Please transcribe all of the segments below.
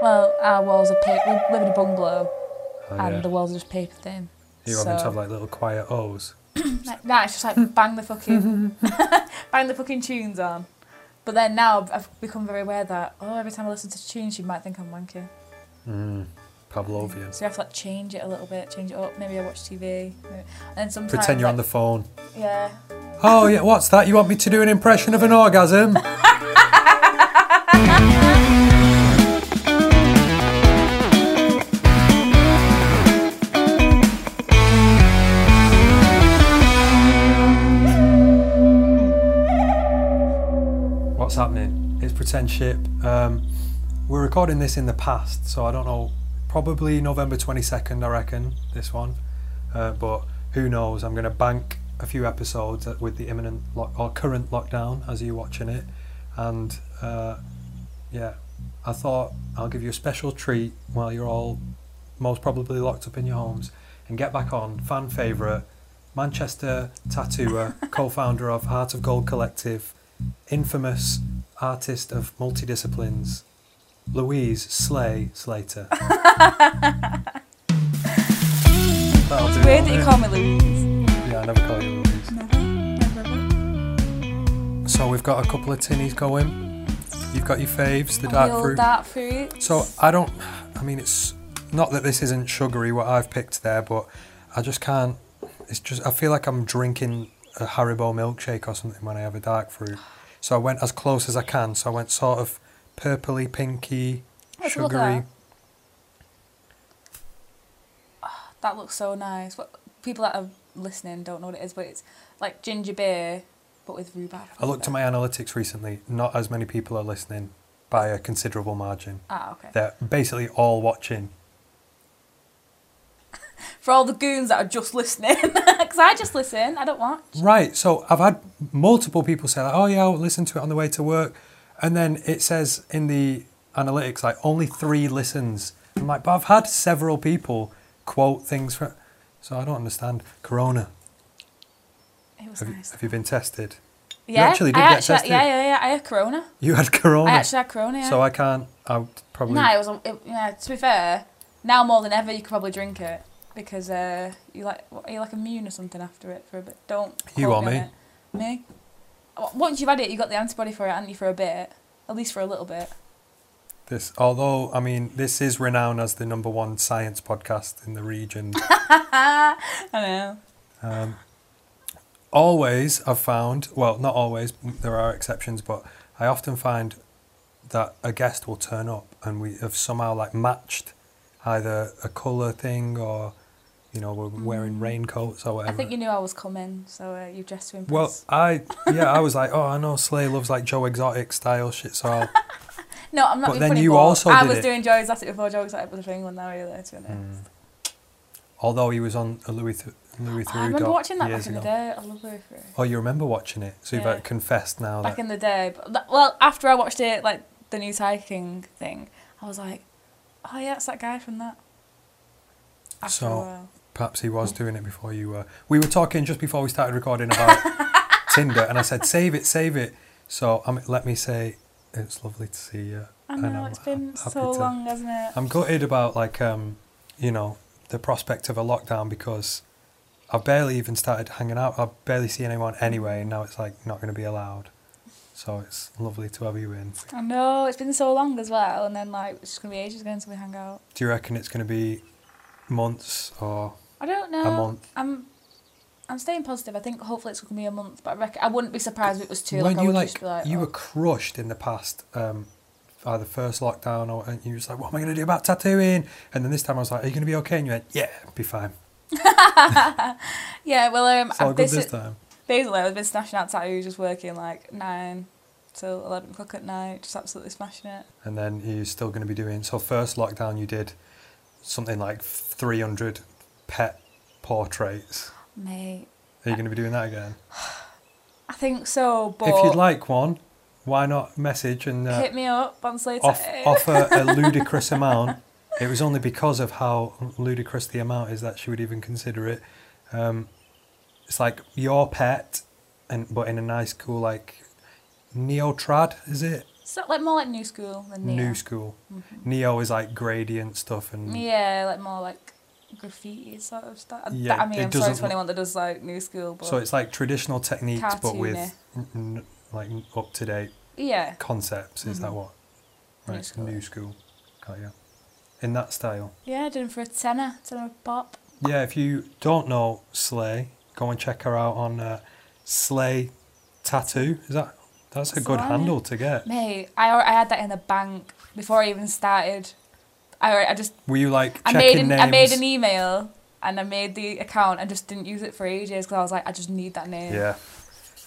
Well, our walls are paper. We live in a bungalow, Oh, and the walls are just paper thin. You're having to have like little quiet O's. Like, nah, it's just like bang the fucking bang the fucking tunes on. But then now I've- I've become very aware that oh, every time I listen to tunes, you might think I'm wanky. Mm. Pavlovian. So you have to like change it a little bit, change it up. Maybe I watch TV, maybe- and then sometimes Pretend you're on the phone. like, yeah. Oh yeah, what's that? You want me to do an impression of an orgasm? what's happening? It's pretend ship. Um, we're recording this in the past, so I don't know. Probably November twenty second, I reckon. This one, uh, but who knows? I'm going to bank a few episodes that- with the imminent lock- or current lockdown as you're watching it, and uh, yeah, I thought I'll give you a special treat while you're all most probably locked up in your homes and get back on fan favorite Manchester tattooer, co-founder of Heart of Gold Collective, infamous artist of multidisciplines, Louise Slay Slater. That'll do, Weird that won't you it? call me Louise. Yeah, I never call you Louise. So we've got a couple of tinnies going. You've got your faves, the dark Real fruit. dark fruit. So I don't. I mean, it's not that this isn't sugary what I've picked there, but I just can't. It's just I feel like I'm drinking a Haribo milkshake or something when I have a dark fruit. So I went as close as I can. So I went sort of purpley, pinky, Let's have a look at sugary. that. That looks so nice. What people that are listening don't know what it is, but it's like ginger beer, but with rhubarb. I looked at my analytics recently. Not as many people are listening by a considerable margin. Ah, okay. They're basically all watching. For all the goons that are just listening, because I just listen. I don't watch. Right. So I've had multiple people say, like, "Oh yeah, I'll listen to it on the way to work," and then it says in the analytics like only three listens. I'm like, but I've had several people quote things from, so I don't understand. Corona. It was Have, you, nice. have you been tested? yeah, actually did I get actually, tested. Yeah, yeah, yeah. I had Corona. You had Corona, I actually had Corona. Yeah. Oh, so I can't. I would probably. Nah, it was. a- It, yeah. To be fair, now more than ever, you could probably drink it because uh, you like what, are you like immune or something after it for a bit. Don't. You quote or on me? it. Me. O- Once you've had it, you got the antibody for it, haven't you? For a bit, at least for a little bit. This, although I mean, this is renowned as the number one science podcast in the region. I know. Um, always I've found well not always there are exceptions but I often find that a guest will turn up and we have somehow like matched either a colour thing or you know we're wearing raincoats Mm. or I whatever think you knew I was coming, so uh, you dressed to impress. well I yeah I was like oh I know Slay loves like Joe Exotic style shit so I'll no, I'm not. but being then funny, you but also I did was it. Mm, doing Joe's Exotic before Joe Exotic was a thing one now, really. To be honest. although he was on a Louis Th- Louis I Theroux remember doc watching that years back in the ago. day. I love Louis Theroux. oh you remember watching it so you've Yeah. like, confessed now back Oh, that in the day. But that, well, after I watched it, like the new hiking thing, I was like, oh yeah, it's that guy from that. After So- a while. Perhaps he was doing it before you were. We were talking just before we started recording about Tinder, and I said, "Save it, save it." So um, let me say, it's lovely to see you. I and know I'm it's been ha- happy so to- long, hasn't it? I'm gutted about like um, you know, the prospect of a lockdown because I've barely even started hanging out. I barely see anyone anyway, and now it's like not going to be allowed. So it's lovely to have you in. I know it's been so long as well, and then like it's just gonna be ages ago until we hang out. Do you reckon it's going to be months or? I don't know. month. I'm. I'm staying positive. I think hopefully it's gonna be a month, but I reckon I wouldn't be surprised if it was two. like, Weren't I you would like, just be like you oh. were crushed in the past, um, either first lockdown or and you was like, what am I gonna do about tattooing? And then this time I was like, are you gonna be okay? And you went, yeah, be fine. Yeah, well, um, It's all I've good basi- this time. Basically, I've been smashing out tattoos, just working like nine till eleven o'clock at night, just absolutely smashing it. And then you're still gonna be doing. So first lockdown you did something like 300 pet portraits. Mate, Are you gonna be doing that again? I think so, but if you'd like one, why not message and uh, hit me up on Slater. off, offer a ludicrous amount. It was only because of how ludicrous the amount is that she would even consider it. Um, it's like your pet, and but in a nice, cool, like neotrad, is it? So like more like new school than neo. Mm-hmm. New school. Neo is like gradient stuff and Yeah, like more like graffiti sort of stuff. Yeah, Yeah, I mean, it I'm sorry doesn't to anyone that does like new school, but so it's like traditional techniques but with Cartoony. n- n- like up to date yeah, concepts. Is that Mhm. what? New Right, school. New school. Got you. In that style. yeah, doing for a tenner, tenner pop. Yeah, if you don't know Slay, go and check her out on uh, Slay Tattoo. Is that that's a good Slay. handle to get? Mate, I al- I had that in the bank before I even started. I al- I just Were you like I checking made an, names? I made an e- email and I made the account and just didn't use it for ages because I was like I just need that name. yeah.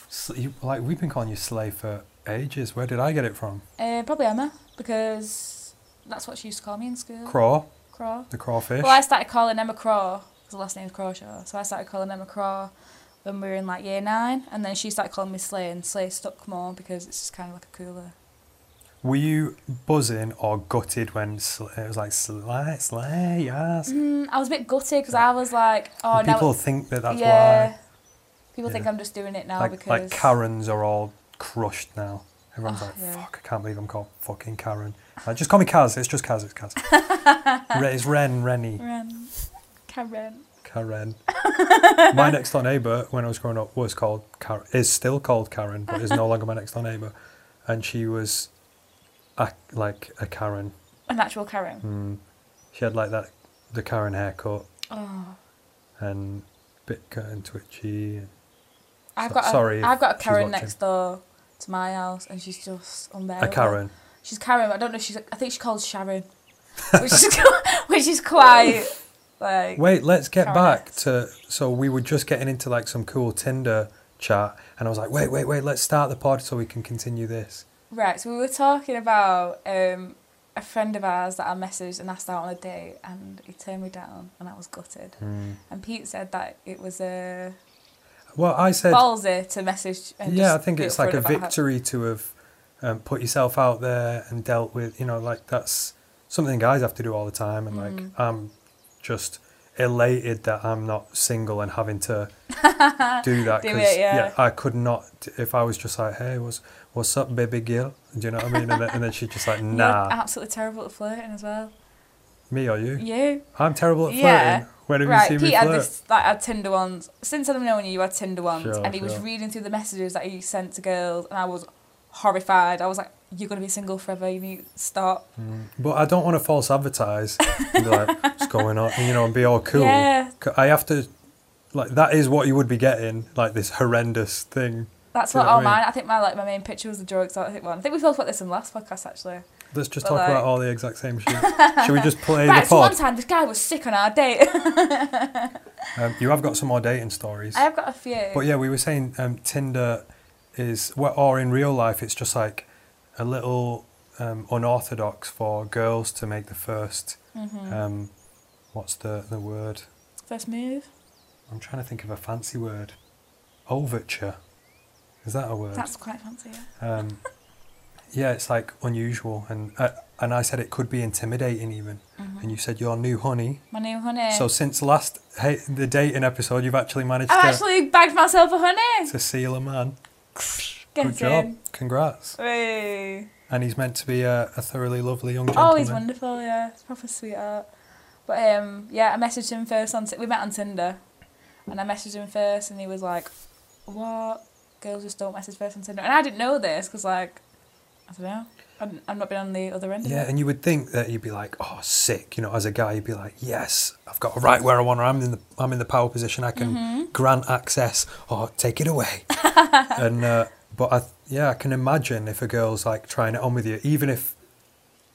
Sl- you, like we've been calling you Slay for ages. Where did I get it from? Uh, probably Emma because that's what she used to call me in school. Craw, Craw. the crawfish. Mm. Well, I started calling Emma Craw because the last name's Crawshaw. So I started calling Emma Craw when we were in like year nine, and then she started calling me Slay, and Slay stuck more because it's just kind of like a cooler. Were you buzzing or gutted when sl- it was like Slay, Slay, yes? Mm, I was a bit gutted because I was like, oh And now people it's- think that that's yeah. People Yeah. think I'm just doing it now why. Like, because like Karens are all crushed now. Everyone's Oh, like, yeah. fuck, I can't believe I'm called fucking Karen. Like, just call me Kaz. It's just Kaz. It's Kaz. Re- it's Ren, Rennie, Ren, Karen. Karen. my next door neighbour, when I was growing up, was called Karen. Is still called Karen, but is no longer my next door neighbour. And she was, a, like a Karen. An actual Karen. Mm. She had like that, the Karen haircut. Oh, and bit cut and twitchy. I've So- got sorry if A, I've got a she's Karen watching. next door to my house, and she's just unbearable. A Karen. She's Karen. but I don't know. if She's. I think she calls Sharon, which is which is quite like. Wait, let's get Karen back X. to. So we were just getting into like some cool Tinder chat, and I was like, wait, wait, wait, let's start the pod so we can continue this. Right, so we were talking about um, a friend of ours that I messaged and asked out on a date, and he turned me down, and I was gutted. And Pete said that it was a Well, I said, ballsy to message. And yeah, I just think be it's like upfront a about how- victory to have um, put yourself out there and dealt with, you know, like that's something guys have to do all the time, and Mm. like I'm just elated that I'm not single and having to do that Do because it, yeah. I could not if I was just like, hey, what's what's up, baby girl? Do you know what I mean? And then, and then she's just like, You're nah, absolutely terrible at flirting as well. me or you? You. I'm terrible at flirting. Yeah. When have Right, you Pete seen me had flirt? this like had Tinder ones. Since I've known you, you had Tinder ones, Sure, and he was sure. reading through the messages that he sent to girls, and I was horrified. I was like, "You're gonna be single forever. You need to stop." Mm. But I don't want to false advertise and be like, what's going on? You know, and be all cool. Yeah, 'Cause I have to, like, that is what you would be getting, like this horrendous thing that's Do you what. know Oh what I mean? man, I think my like my main picture was the draw exotic one. I think we talked about this in the last podcast actually. Let's just But, talk like- about all the exact same shit. Should we just play right, the so one pod? time this guy was sick on our date. Um, you have got some more dating stories. I have got a few. But yeah, we were saying um, Tinder is, well, or in real life, it's just like a little um, unorthodox for girls to make the first, Mhm. um, what's the, the word? First move. I'm trying to think of a fancy word. Overture. Is that a word? That's quite fancy. Yeah. Um, yeah, it's like unusual, and uh, and I said it could be intimidating even. Mm-hmm. And you said your new honey. My new honey. So since last hey, the dating episode, you've actually managed to, I've Oh, actually bagged myself a honey. to seal a man. Get Good job, in. congrats! Hey. And he's meant to be a, a thoroughly lovely young gentleman. Oh, he's wonderful, yeah. He's a proper sweetheart. But um, yeah, I messaged him first on Ti- we met on Tinder, and I messaged him first, and he was like, "What? Girls just don't message first on Tinder." And I didn't know this because like, I don't know, I'm, I'm not been on the other end. Of Yeah, It. and you would think that you'd be like, oh, sick. You know, as a guy, you'd be like, yes, I've got a right where I want. Or I'm in the I'm in the power position. I can grant access or take it away. and uh, but I yeah, I can imagine if a girl's like trying it on with you, even if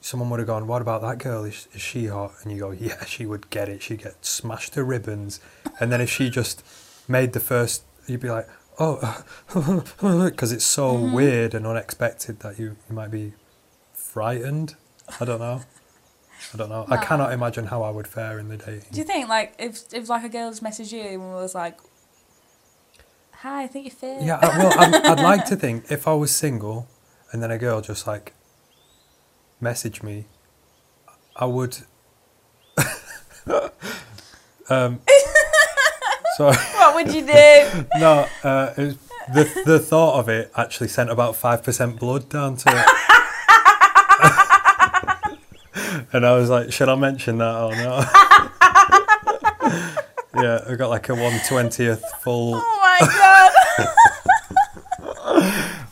someone would have gone, what about that girl? Is, is she hot? And you go, yeah, she would get it. She would get smashed to ribbons. And then if she just made the first, you'd be like. Oh, because it's so weird and unexpected that you, you might be frightened. I don't know. I don't know. I Nah. cannot imagine how I would fare in the dating. Do you think like if if like a girl just messaged you and was like, "Hi, I think you're fit." yeah, I, well, I'd, I'd like to think if I was single and then a girl just like messaged me, I would. um, so What would you do? no, uh, it was, the the thought of it actually sent about five percent blood down to and I was like, should I mention that or not? yeah, I got like a one twentieth full. Oh my god.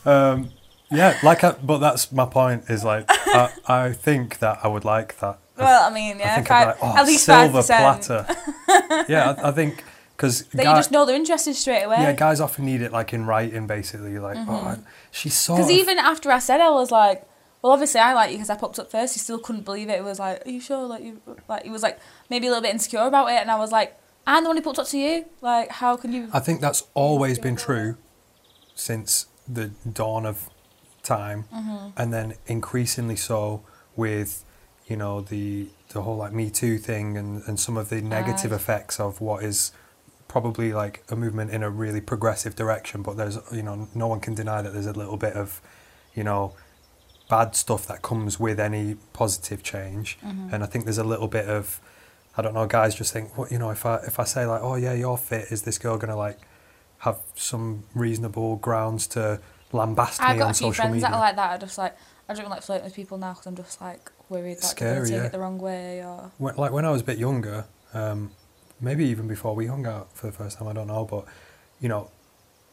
Um, yeah, like, I, but that's my point. Is like, I, I think that I would like that. well, I mean, I yeah, think five, I'd be like, oh, at least five silver percent. platter. yeah, I, I think because That you just know they're interested straight away. yeah, guys often need it like in writing, basically. You're Like, oh, I- she's so. Mm-hmm. Because even after I said it, I was like, well, obviously I like you because I popped up first. He still couldn't believe it. He was like, are you sure? Like, you, like he was like maybe a little bit insecure about it, and I was like, I'm the one who popped up to you. Like, how can you? I think that's always been true since the dawn of time, and then increasingly so with, you know, the the whole like Me Too thing and and some of the negative Aye. effects of what is probably like a movement in a really progressive direction. But there's you know no one can deny that there's a little bit of, you know. Bad stuff that comes with any positive change, Mm-hmm. and I think there's a little bit of, I don't know, guys just think, what you know, if I if I say like, oh yeah, you're fit, is this girl gonna like have some reasonable grounds to lambast I've me got on a few social friends media? that are like that. I just like I don't like flirting with people now because I'm just like worried that they're Scary, gonna take yeah. it the wrong way or. when, like when I was a bit younger, um, maybe even before we hung out for the first time, I don't know, but you know,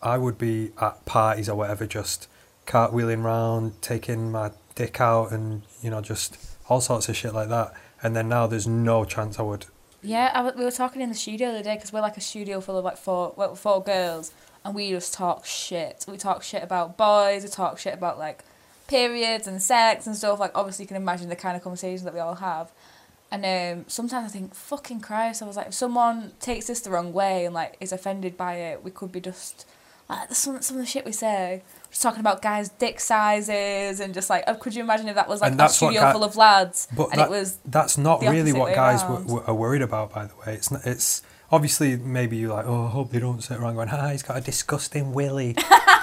I would be at parties or whatever, just cartwheeling round, taking my dick out, and you know, just all sorts of shit like that. And then now there's no chance I would. Yeah, I w we were talking in the studio the other day because we're like a studio full of like four well, four girls, and we just talk shit. We talk shit about boys. We talk shit about like periods and sex and stuff. Like obviously, you can imagine the kind of conversations that we all have. And um, sometimes I think, fucking Christ, I was like, if someone takes this the wrong way and like is offended by it, we could be just like the- some some of the shit we say. Just talking about guys' dick sizes and just like, oh, could you imagine if that was like And a that's what studio guy- full of lads But and that, it was that's not the really opposite what way guys round. w- are worried about, by the way. It's not, it's obviously maybe you like, oh, I hope they don't sit around going, ah, he's got a disgusting willy.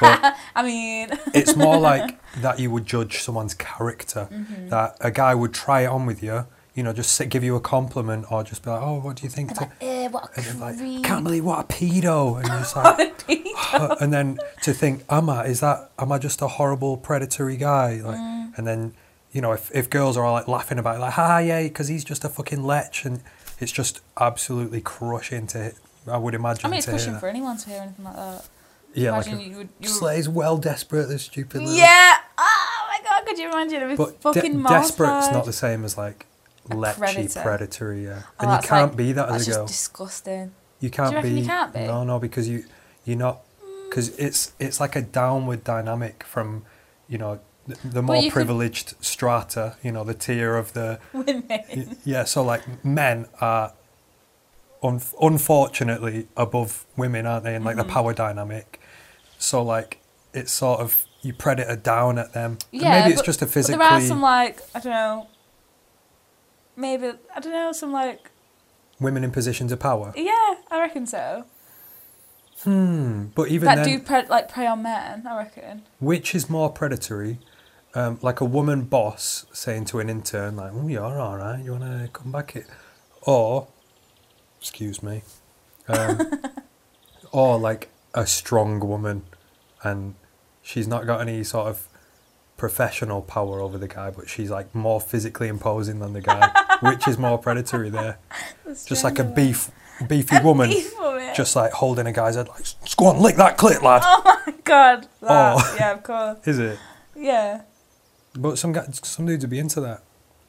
but I mean. it's more like that you would judge someone's character. Mm-hmm. That a guy would try it on with you, you know, just sit, give you a compliment or just be like, oh, what do you think? To, Eh, what a and you're like, creep. can't believe what a pedo. And you're just like, Oh and then to think, am I? Is that am I just a horrible predatory guy? Like, Mm. and then you know, if, if girls are all like laughing about it, like, ha, yeah, because he's just a fucking lech, and it's just absolutely crushing to. I would imagine. I mean, it's to hear pushing that. for anyone to hear anything like that. yeah, like imagine a, you would. You Slay's well desperate, this stupid. Little, yeah. Oh my god, could you imagine? It'd be but de- fucking desperate's mortified. not the same as like lechy predator. predatory. Yeah, Oh, and you that's can't like- be that That's as a just girl. disgusting. You can't reckon be. you can't be? No, no, because you you're not because it's it's like a downward dynamic from you know the, the more you could- privileged strata, you know, the tier of the Women. y- yeah. So like men are un- unfortunately above women, aren't they? In like Mm-hmm. the power dynamic. So like it's sort of you predator down at them. And Yeah, maybe it's but- just a But physically. there are some like I don't know. Maybe I don't know some like women in positions of power. yeah I reckon so Hmm. But even that then, do pre- like prey on men I reckon which is more predatory? Um, like a woman boss saying to an intern, like, "Oh, you're all right. You want to come back here?" Or, excuse me, um, or like a strong woman, and she's not got any sort of professional power over the guy, but she's like more physically imposing than the guy. which is more predatory there? Just like a beef, beefy woman. Beef woman. just like holding a guy's head, like, "Just go on, lick that clit, lad. oh my god that. Oh. yeah of course Is it? yeah But some guys, some dudes would be into that.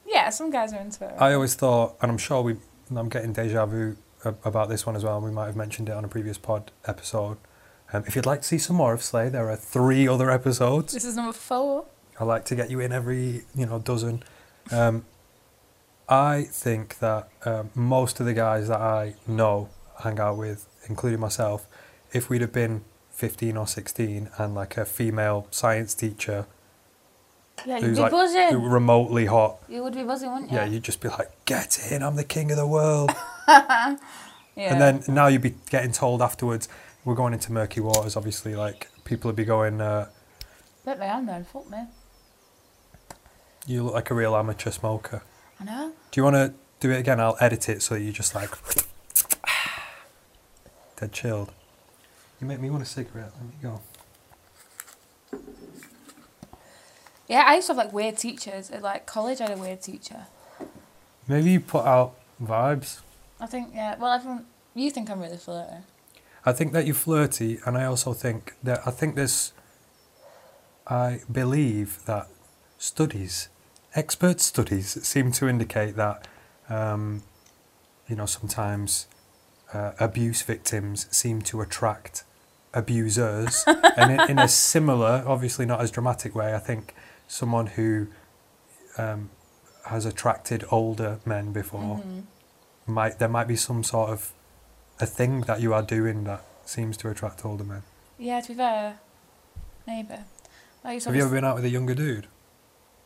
yeah some guys are into it I always thought, and I'm sure we, and I'm getting deja vu a- about this one as well. and We might have mentioned it on a previous pod episode. Um, if you'd like to see some more of Slay, there are three other episodes. this is number four I like to get you in every you know dozen. Um, I think that um, most of the guys that I know hang out with, including myself, if we'd have been 15 or 16 and like a female science teacher Yeah, you'd who's be like buzzing. remotely hot, you would be buzzing, wouldn't you? yeah, you'd just be like, get in, I'm the king of the world. Yeah. And then now you'd be getting told afterwards, we're going into murky waters, obviously, like people would be going, uh, Bet my hand then, fuck me. you look like a real amateur smoker. I know. Do you want to do it again? I'll edit it so that you're just like dead chilled. You make me want a cigarette. Let me go. Yeah, I used to have like weird teachers. At like college, I had a weird teacher. Maybe you put out vibes. I think yeah. Well, everyone, you think I'm really flirty. I think that you're flirty, and I also think that I think this. I believe that studies, expert studies, seem to indicate that, um, you know, sometimes uh, abuse victims seem to attract abusers, and in, in a similar, obviously not as dramatic way, I think someone who um, has attracted older men before Mm-hmm. might there might be some sort of a thing that you are doing that seems to attract older men. Yeah, to be fair, maybe. I used to Have you ever been out with a younger dude?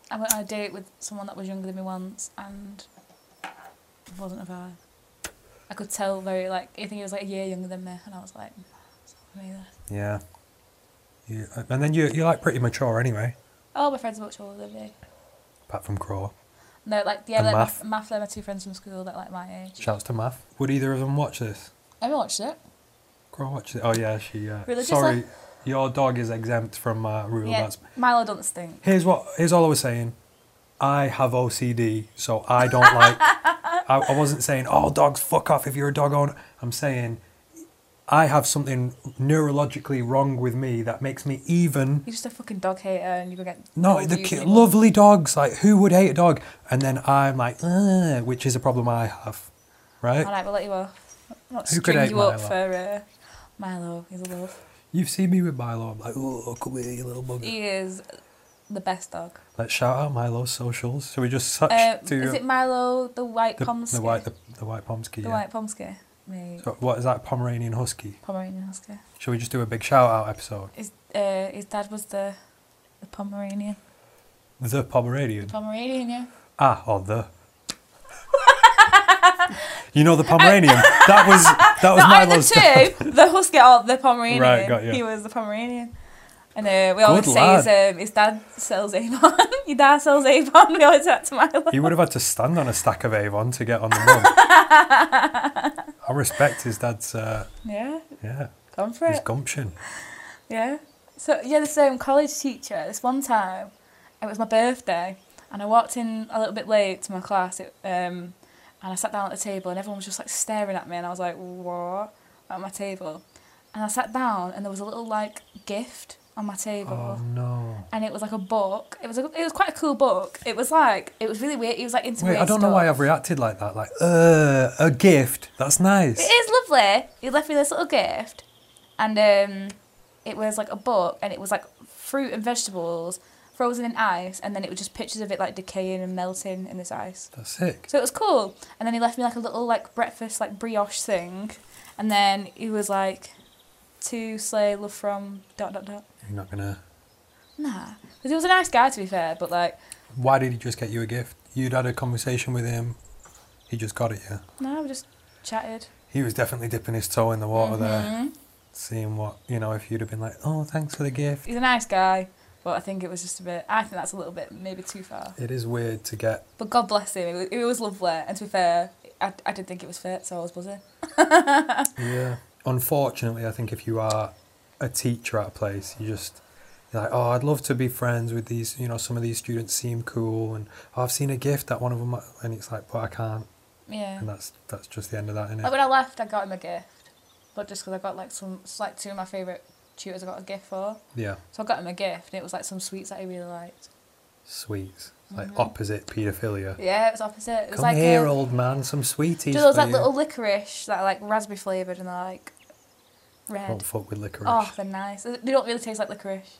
I went on a date with someone that was younger than me once, and it wasn't a vibe. I could tell very like I think he was like a year younger than me, and I was like, "Nah, it's not for me. This. Yeah. You, uh, and then you you're like pretty mature anyway, Oh, my friends are much older than me. apart from Crow. No, like yeah, And like math. math. math. They're my two friends from school that are, like my age. Shouts to Math. Would either of them watch this? I haven't watched it. Crow watches it. Oh yeah, she. Uh, Religiously? sorry, your dog is exempt from uh, rule. yeah, That's Milo don't stink. here's what here's all I was saying. I have OCD, so I don't like. I, I wasn't saying all dogs fuck off if you're a dog owner. I'm saying I have something neurologically wrong with me that makes me even. You're just a fucking dog hater, and you go get No, all the abused cute, people. lovely dogs. Like who would hate a dog? And then I'm like, "Ugh," which is a problem I have, All right? right, we'll let you off. Not Who could string hate you up Milo? for uh, Milo. He's a love. You've seen me with Milo. I'm like, oh, come here, you little bugger. He is the best dog. Let's shout out Milo's socials. So we just such Uh, to is it Milo the white the, Pomsky? the white the, the white Pomsky. The yeah. white Pomsky. Mate. So what is that Pomeranian Husky? Pomeranian Husky. Should we just do a big shout out episode? His, uh, his dad was the the Pomeranian. The Pomeranian. Pomeranian, yeah. Ah, or the. you know the Pomeranian. that was that was Not Milo's. the two, the Husky or the Pomeranian. Right, got you. He was the Pomeranian. And uh, we always Good say his, um, his dad sells Avon. Your dad sells Avon. We always say that to Milo. He would have had to stand on a stack of Avon to get on the run. I respect his dad's. Uh, Yeah, yeah, gone for his it. gumption. Yeah. So yeah, this um, college teacher. This one time, it was my birthday, and I walked in a little bit late to my class. It, um, and I sat down at the table, and everyone was just like staring at me, and I was like, "What?" At my table, and I sat down, and there was a little like gift on my table Oh no. and it was like a book. It was a, it was quite a cool book. It was like it was really weird. It was like into Wait, weird I don't know why stuff. I've reacted like that. Like, uh, a gift. That's nice. It is lovely. He left me this little gift, and um, it was like a book, and it was like fruit and vegetables frozen in ice, and then it was just pictures of it like decaying and melting in this ice. That's sick. So it was cool. And then he left me like a little like breakfast like brioche thing, and then he was like, "To slay love from dot dot dot." You're not gonna. Nah, because he was a nice guy to be fair, but like. Why did he just get you a gift? You'd had a conversation with him. He just got it, yeah. No, we just chatted. He was definitely dipping his toe in the water there, Mhm. seeing what you know. If you'd have been like, "Oh, thanks for the gift," He's a nice guy, but I think it was just a bit. I think that's a little bit maybe too far. it is weird to get. But God bless him. It was, it was lovely, and to be fair, I, I did think it was fit, so I was buzzing. Yeah. Unfortunately, I think if you are a teacher at a place, you just you're like, "Oh, I'd love to be friends with these." You know, some of these students seem cool, and "Oh, I've seen a gift that one of them, and it's like, but I can't, Yeah. and that's that's just the end of that, innit? Like when I left, I got him a gift, but just because I got like some, it's like two of my favorite tutors, I got a gift for. Yeah. So I got him a gift, and it was like some sweets that he really liked. Sweets, It's like Mhm. opposite paedophilia. Yeah, it was opposite. It was Come like here, a, old man, some sweeties. do those for like you. little licorice that are, like raspberry flavored and they're like red. Don't fuck with licorice. Oh, they're nice. They don't really taste like licorice.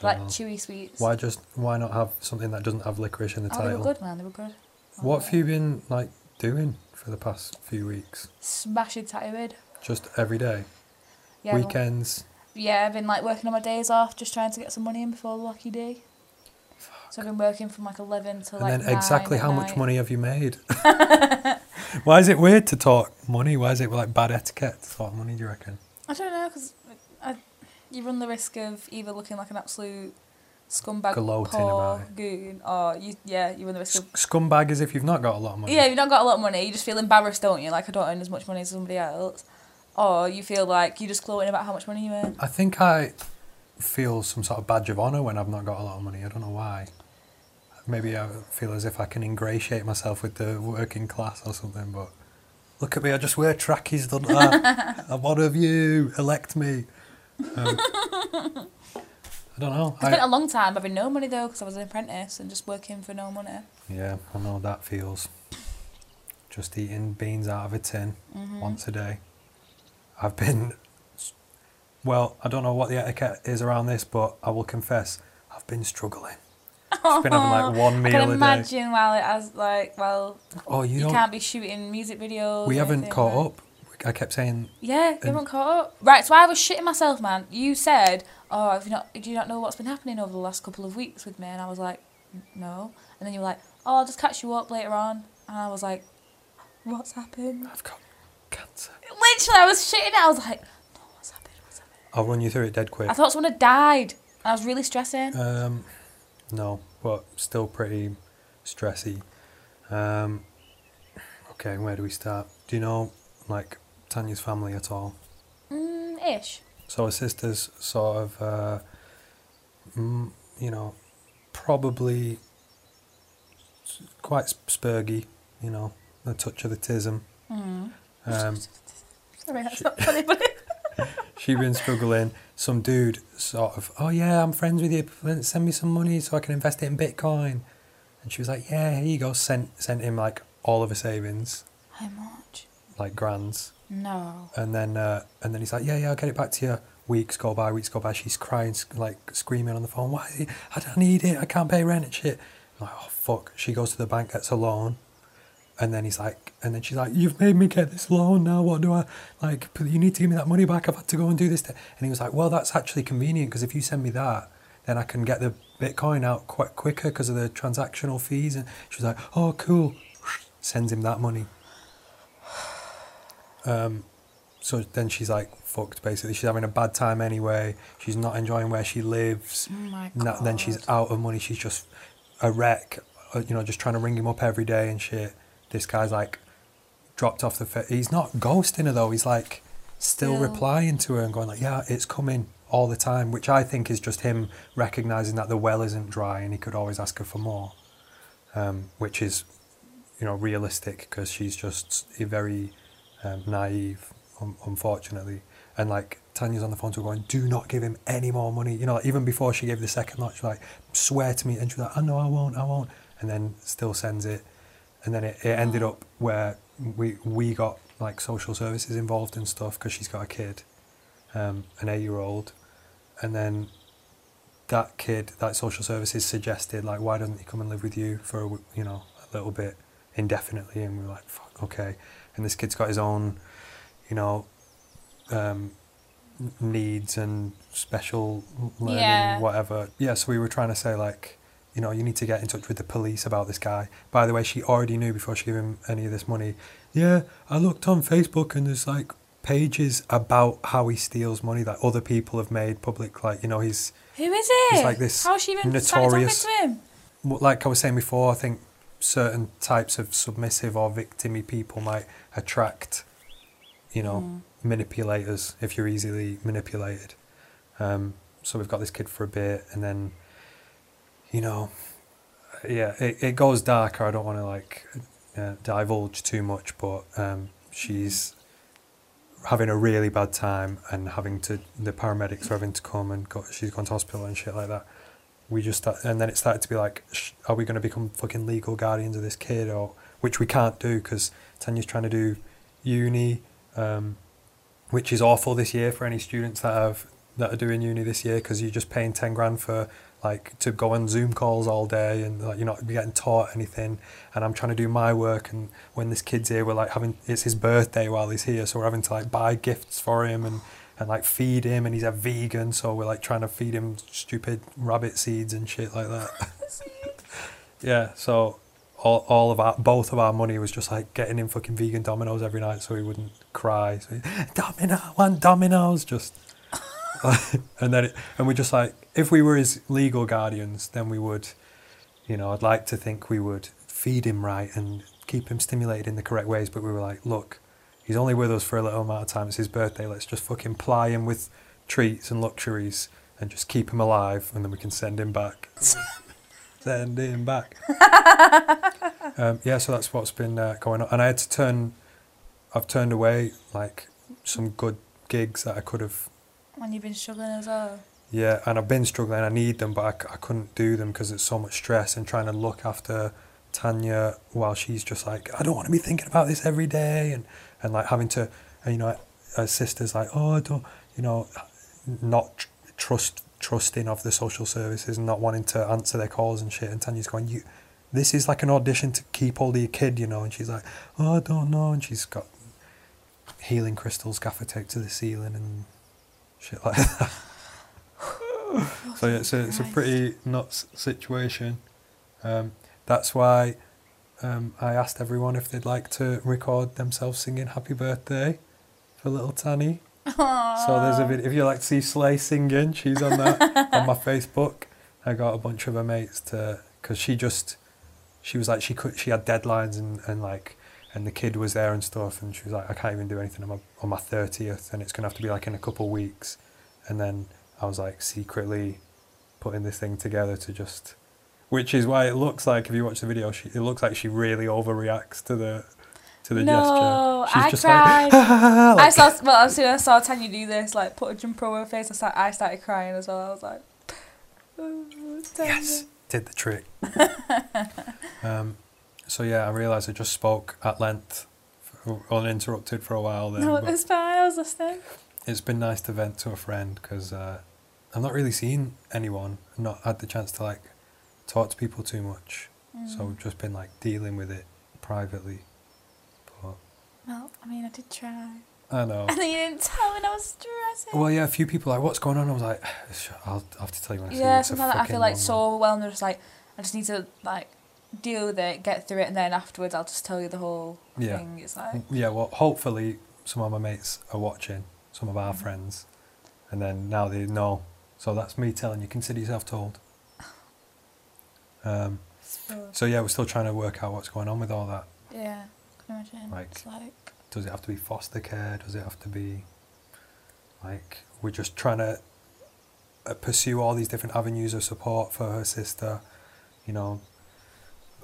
don't Like know. chewy sweets. Why just why not have something that doesn't have licorice in the Oh, they were title? good, man. They were good. Oh. What have you been like doing for the past few weeks? Smashing tattooed. Just every day, Yeah. well- weekends. Yeah, I've been like working on my days off, just trying to get some money in before the lucky day. So I've been working from like eleven to And like. then exactly nine how at much night. money have you made? Why is it weird to talk money? Why is it like bad etiquette to talk money? Do you reckon? I don't know, cause I, you run the risk of either looking like an absolute scumbag, Gloating poor about goon, or you yeah, you run the risk S- of. scumbag is if you've not got a lot of money. Yeah, if you've not got a lot of money, you just feel embarrassed, don't you? Like I don't earn as much money as somebody else, or you feel like you're just gloating about how much money you earn. I think I feel some sort of badge of honor when I've not got a lot of money. I don't know why. maybe I feel as if I can ingratiate myself with the working class or something, but look at me, I just wear trackies, don't I? I'm one of you, elect me. Um, I don't know. I spent I, a long time having no money though because I was an apprentice and just working for no money. yeah, I know how that feels. Just eating beans out of a tin Mm-hmm. once a day. I've been, well, I don't know what the etiquette is around this, but I will confess, I've been struggling. I've been having like one I meal can a day. imagine while it has like well Oh, you, you, don't. can't be shooting music videos. We or haven't anything, caught right? up. I kept saying, Yeah, you And- haven't caught up. Right, so I was shitting myself, man. You said, "Oh, have you not? Do you not know what's been happening over the last couple of weeks with me?" And I was like, "N- "No." And then you were like, "Oh, I'll just catch you up later on." And I was like, "What's happened?" I've got cancer. Literally, I was shitting. it. I was like, "No, what's happened? What's happened?" I'll run you through it dead quick. I thought someone had died. I was really stressing. Um, no, but still pretty stressy. Um, okay, where do we start? Do you know, like, Tanya's family at all? Mm, ish. So her sister's sort of, uh, mm, you know, probably s- quite sp- spurgy, you know, a touch of autism. Mm. Um, Sorry, that's not funny, but she been struggling. Some dude sort of, oh yeah, I'm friends with you. Please Send me some money so I can invest it in Bitcoin. And she was like, yeah, here you go. Sent sent him like all of her savings, how much? like grands. No. And then uh, and then he's like, yeah, yeah, I'll get it back to you. Weeks go by, weeks go by. She's crying, sc- like screaming on the phone. Why? is it- I don't need it. I can't pay rent and shit. I'm like, oh fuck. She goes to the bank, gets a loan. And then he's like, and then she's like, you've made me get this loan now. What do I like? p- You need to give me that money back. I've had to go and do this. th-" And he was like, well, that's actually convenient because if you send me that, then I can get the Bitcoin out quite quicker because of the transactional fees. And she was like, oh, cool. Sends him that money. Um, so then she's like fucked. Basically, she's having a bad time anyway. She's not enjoying where she lives. Oh my god. Na- then she's out of money. She's just a wreck, uh, you know, just trying to ring him up every day and shit. This guy's like dropped off the. Fa- he's not ghosting her though. He's like still Still. replying to her and going like, "Yeah, it's coming all the time," which I think is just him recognizing that the well isn't dry and he could always ask her for more, um, which is, you know, realistic because she's just a very um, naive, un- unfortunately. And like Tanya's on the phone to her going, do not give him any more money. You know, like, even before she gave the second lot, she's like, swear to me. And she's like, oh no, I won't, I won't. And then still sends it. And then it, it ended up where we, we got like social services involved and stuff because she's got a kid, um, an eight year old. And then that kid, that social services suggested, like, why doesn't he come and live with you for, a, w- you know, a little bit indefinitely? And we were like, fuck, okay. And this kid's got his own, you know, um, n- needs and special learning, Yeah. whatever. Yeah, so we were trying to say, like, you know, you need to get in touch with the police about this guy. By the way, she already knew before she gave him any of this money. Yeah, I looked on Facebook and there's like pages about how he steals money that other people have made public. Like, you know, he's Who is it? like this How's she even notorious- notorious... talking to him? well, like I was saying before, I think certain types of submissive or victimy people might attract, you know, manipulators if you're easily manipulated. Um, so we've got this kid for a bit, and then, you know, yeah, it, it goes darker. I don't want to like uh, divulge too much, but um, she's having a really bad time and having to the paramedics are having to come and go, she's gone to hospital and shit like that we just start, and then it started to be like, sh- are we going to become fucking legal guardians of this kid or which we can't do because Tanya's trying to do uni, um, which is awful this year for any students that have that are doing uni this year because you're just paying ten grand for like to go on Zoom calls all day and like you're not getting taught anything. And I'm trying to do my work, and when this kid's here, we're like having it's his birthday while he's here, so we're having to like buy gifts for him and and like feed him, and he's a vegan, so we're like trying to feed him stupid rabbit seeds and shit like that. yeah, so all, all of our both of our money was just like getting him fucking vegan Dominoes every night so he wouldn't cry. So he, Domino, one Dominoes, just and then it, and we're just like if we were his legal guardians, then we would, you know, I'd like to think we would feed him right and keep him stimulated in the correct ways, but we were like, look, he's only with us for a little amount of time. It's his birthday. Let's just fucking ply him with treats and luxuries and just keep him alive, and then we can send him back. Sending back. um, yeah, so that's what's been uh, going on, and I had to turn. I've turned away like some good gigs that I could have. When you've been struggling as well. Yeah, and I've been struggling. I need them, but I, c- I couldn't do them because it's so much stress and trying to look after Tanya while she's just like, I don't want to be thinking about this every day, and and like having to, and, you know, her sister's like, oh, I don't, you know, not tr- trust trusting of the social services and not wanting to answer their calls and shit. And Tanya's going, you, this is like an audition to keep hold of your kid, you know. And she's like, oh, I don't know, and she's got healing crystals gaffer taped to the ceiling and shit like that. so yeah, it's a, it's a Christ. pretty nuts situation. Um, that's why um, I asked everyone if they'd like to record themselves singing "Happy Birthday" for little Tanny. So there's a video. If you like to see Slay singing, she's on that on my Facebook. I got a bunch of her mates to because she just she was like she could she had deadlines and and like and the kid was there and stuff and she was like I can't even do anything on my on my thirtieth and it's gonna have to be like in a couple of weeks, and then I was like secretly putting this thing together to just. Which is why it looks like if you watch the video, she, it looks like she really overreacts to the to the no, gesture. She's I just cried. Oh, like, I saw well as soon as I saw Tanya do this, like put a jumper over her face, I start, I started crying as well. I was like oh, it's Tanya. Yes, did the trick. um, so yeah, I realised I just spoke at length, for, uninterrupted for a while. Then No, it but was fine, I was listening. it's been nice to vent to a friend because uh, I've not really seen anyone, not had the chance to like talk to people too much. So Mm. we've just been like dealing with it privately. But Well, I mean I did try. I know. And then you didn't tell and I was stressing. Oh. Well, yeah, a few people like, what's going on? I was like, I'll I'll have to tell you when I see you. yeah, It's a sometimes like, I fucking feel like long so one." overwhelmed I'm just like I just need to like deal with it, get through it and then afterwards I'll just tell you the whole Yeah. Mm. thing. It's like Yeah, well, hopefully some of my mates are watching, some of our friends, and then now they know. So that's me telling you, consider yourself told. Um, so- so yeah, we're still trying to work out what's going on with all that. Yeah. Can you imagine? Like- it's like Does it have to be foster care? Does it have to be like we're just trying to uh, pursue all these different avenues of support for her sister, you know?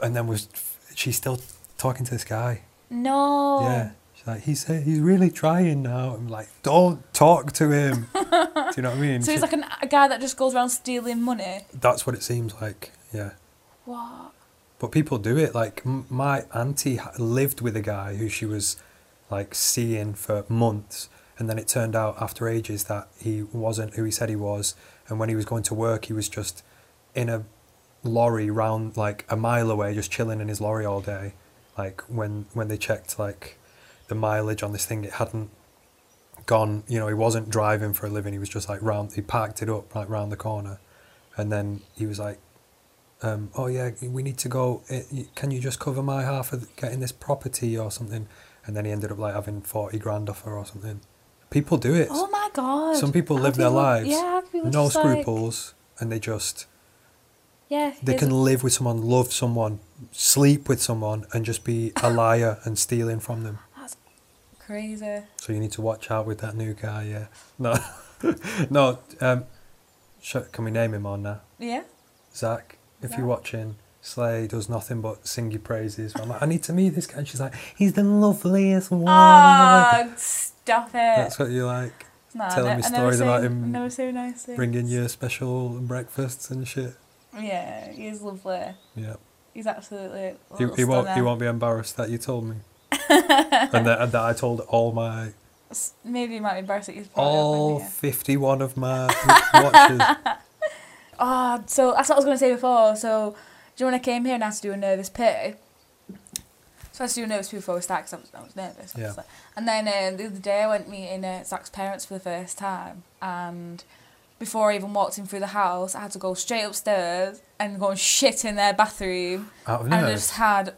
And then was she's still talking to this guy. No Yeah. She's like, he's he's really trying now. I'm like, don't talk to him. Do you know what I mean? So he's She- like an, a guy that just goes around stealing money. That's what it seems like. Yeah. What? But people do it. Like m- my auntie ha- lived with a guy who she was like seeing for months, and then it turned out after ages that he wasn't who he said he was, and when he was going to work, he was just in a lorry round like a mile away, just chilling in his lorry all day. Like when when they checked like the mileage on this thing, it hadn't gone. You know, he wasn't driving for a living. He was just like round. He parked it up like round the corner, and then he was like um, oh yeah, we need to go. eh, y- Can you just cover my half of getting this property or something? And then he ended up like having forty grand off her or something. People do it. Oh my god. Some people How live their people- lives, Yeah, how people no just, like- scruples, and they just yeah. they here's- can live with someone, love someone, sleep with someone, and just be a liar and stealing from them. That's crazy. So you need to watch out with that new guy. Yeah, no, no. Um, sh- can we name him on now? Yeah. Zach, if Zach. you're watching, Slay does nothing but sing your praises. I'm like, I need to meet this guy. And she's like, he's the loveliest one. I'm like, Oh, stop it. That's what you like, Nah, telling I me ne- I never stories about say- him I Never so nice. things. bringing you special breakfasts and shit. Yeah, he's lovely. Yeah, He's absolutely. he, he won't. He won't be embarrassed that you told me, and that, and that I told all my S- Maybe he might be embarrassed that he's brought it up, all wouldn't he? fifty-one of my watches. Oh, so that's what I was going to say before. So, do you know when I came here and I had to do a nervous poo? So I had to do a nervous poo before we started because I was, I was nervous. Yeah. obviously. And then uh, the other day I went meeting uh, Zach's parents for the first time. And before I even walked in through the house, I had to go straight upstairs and go and shit in their bathroom. Out of And I just nerves. had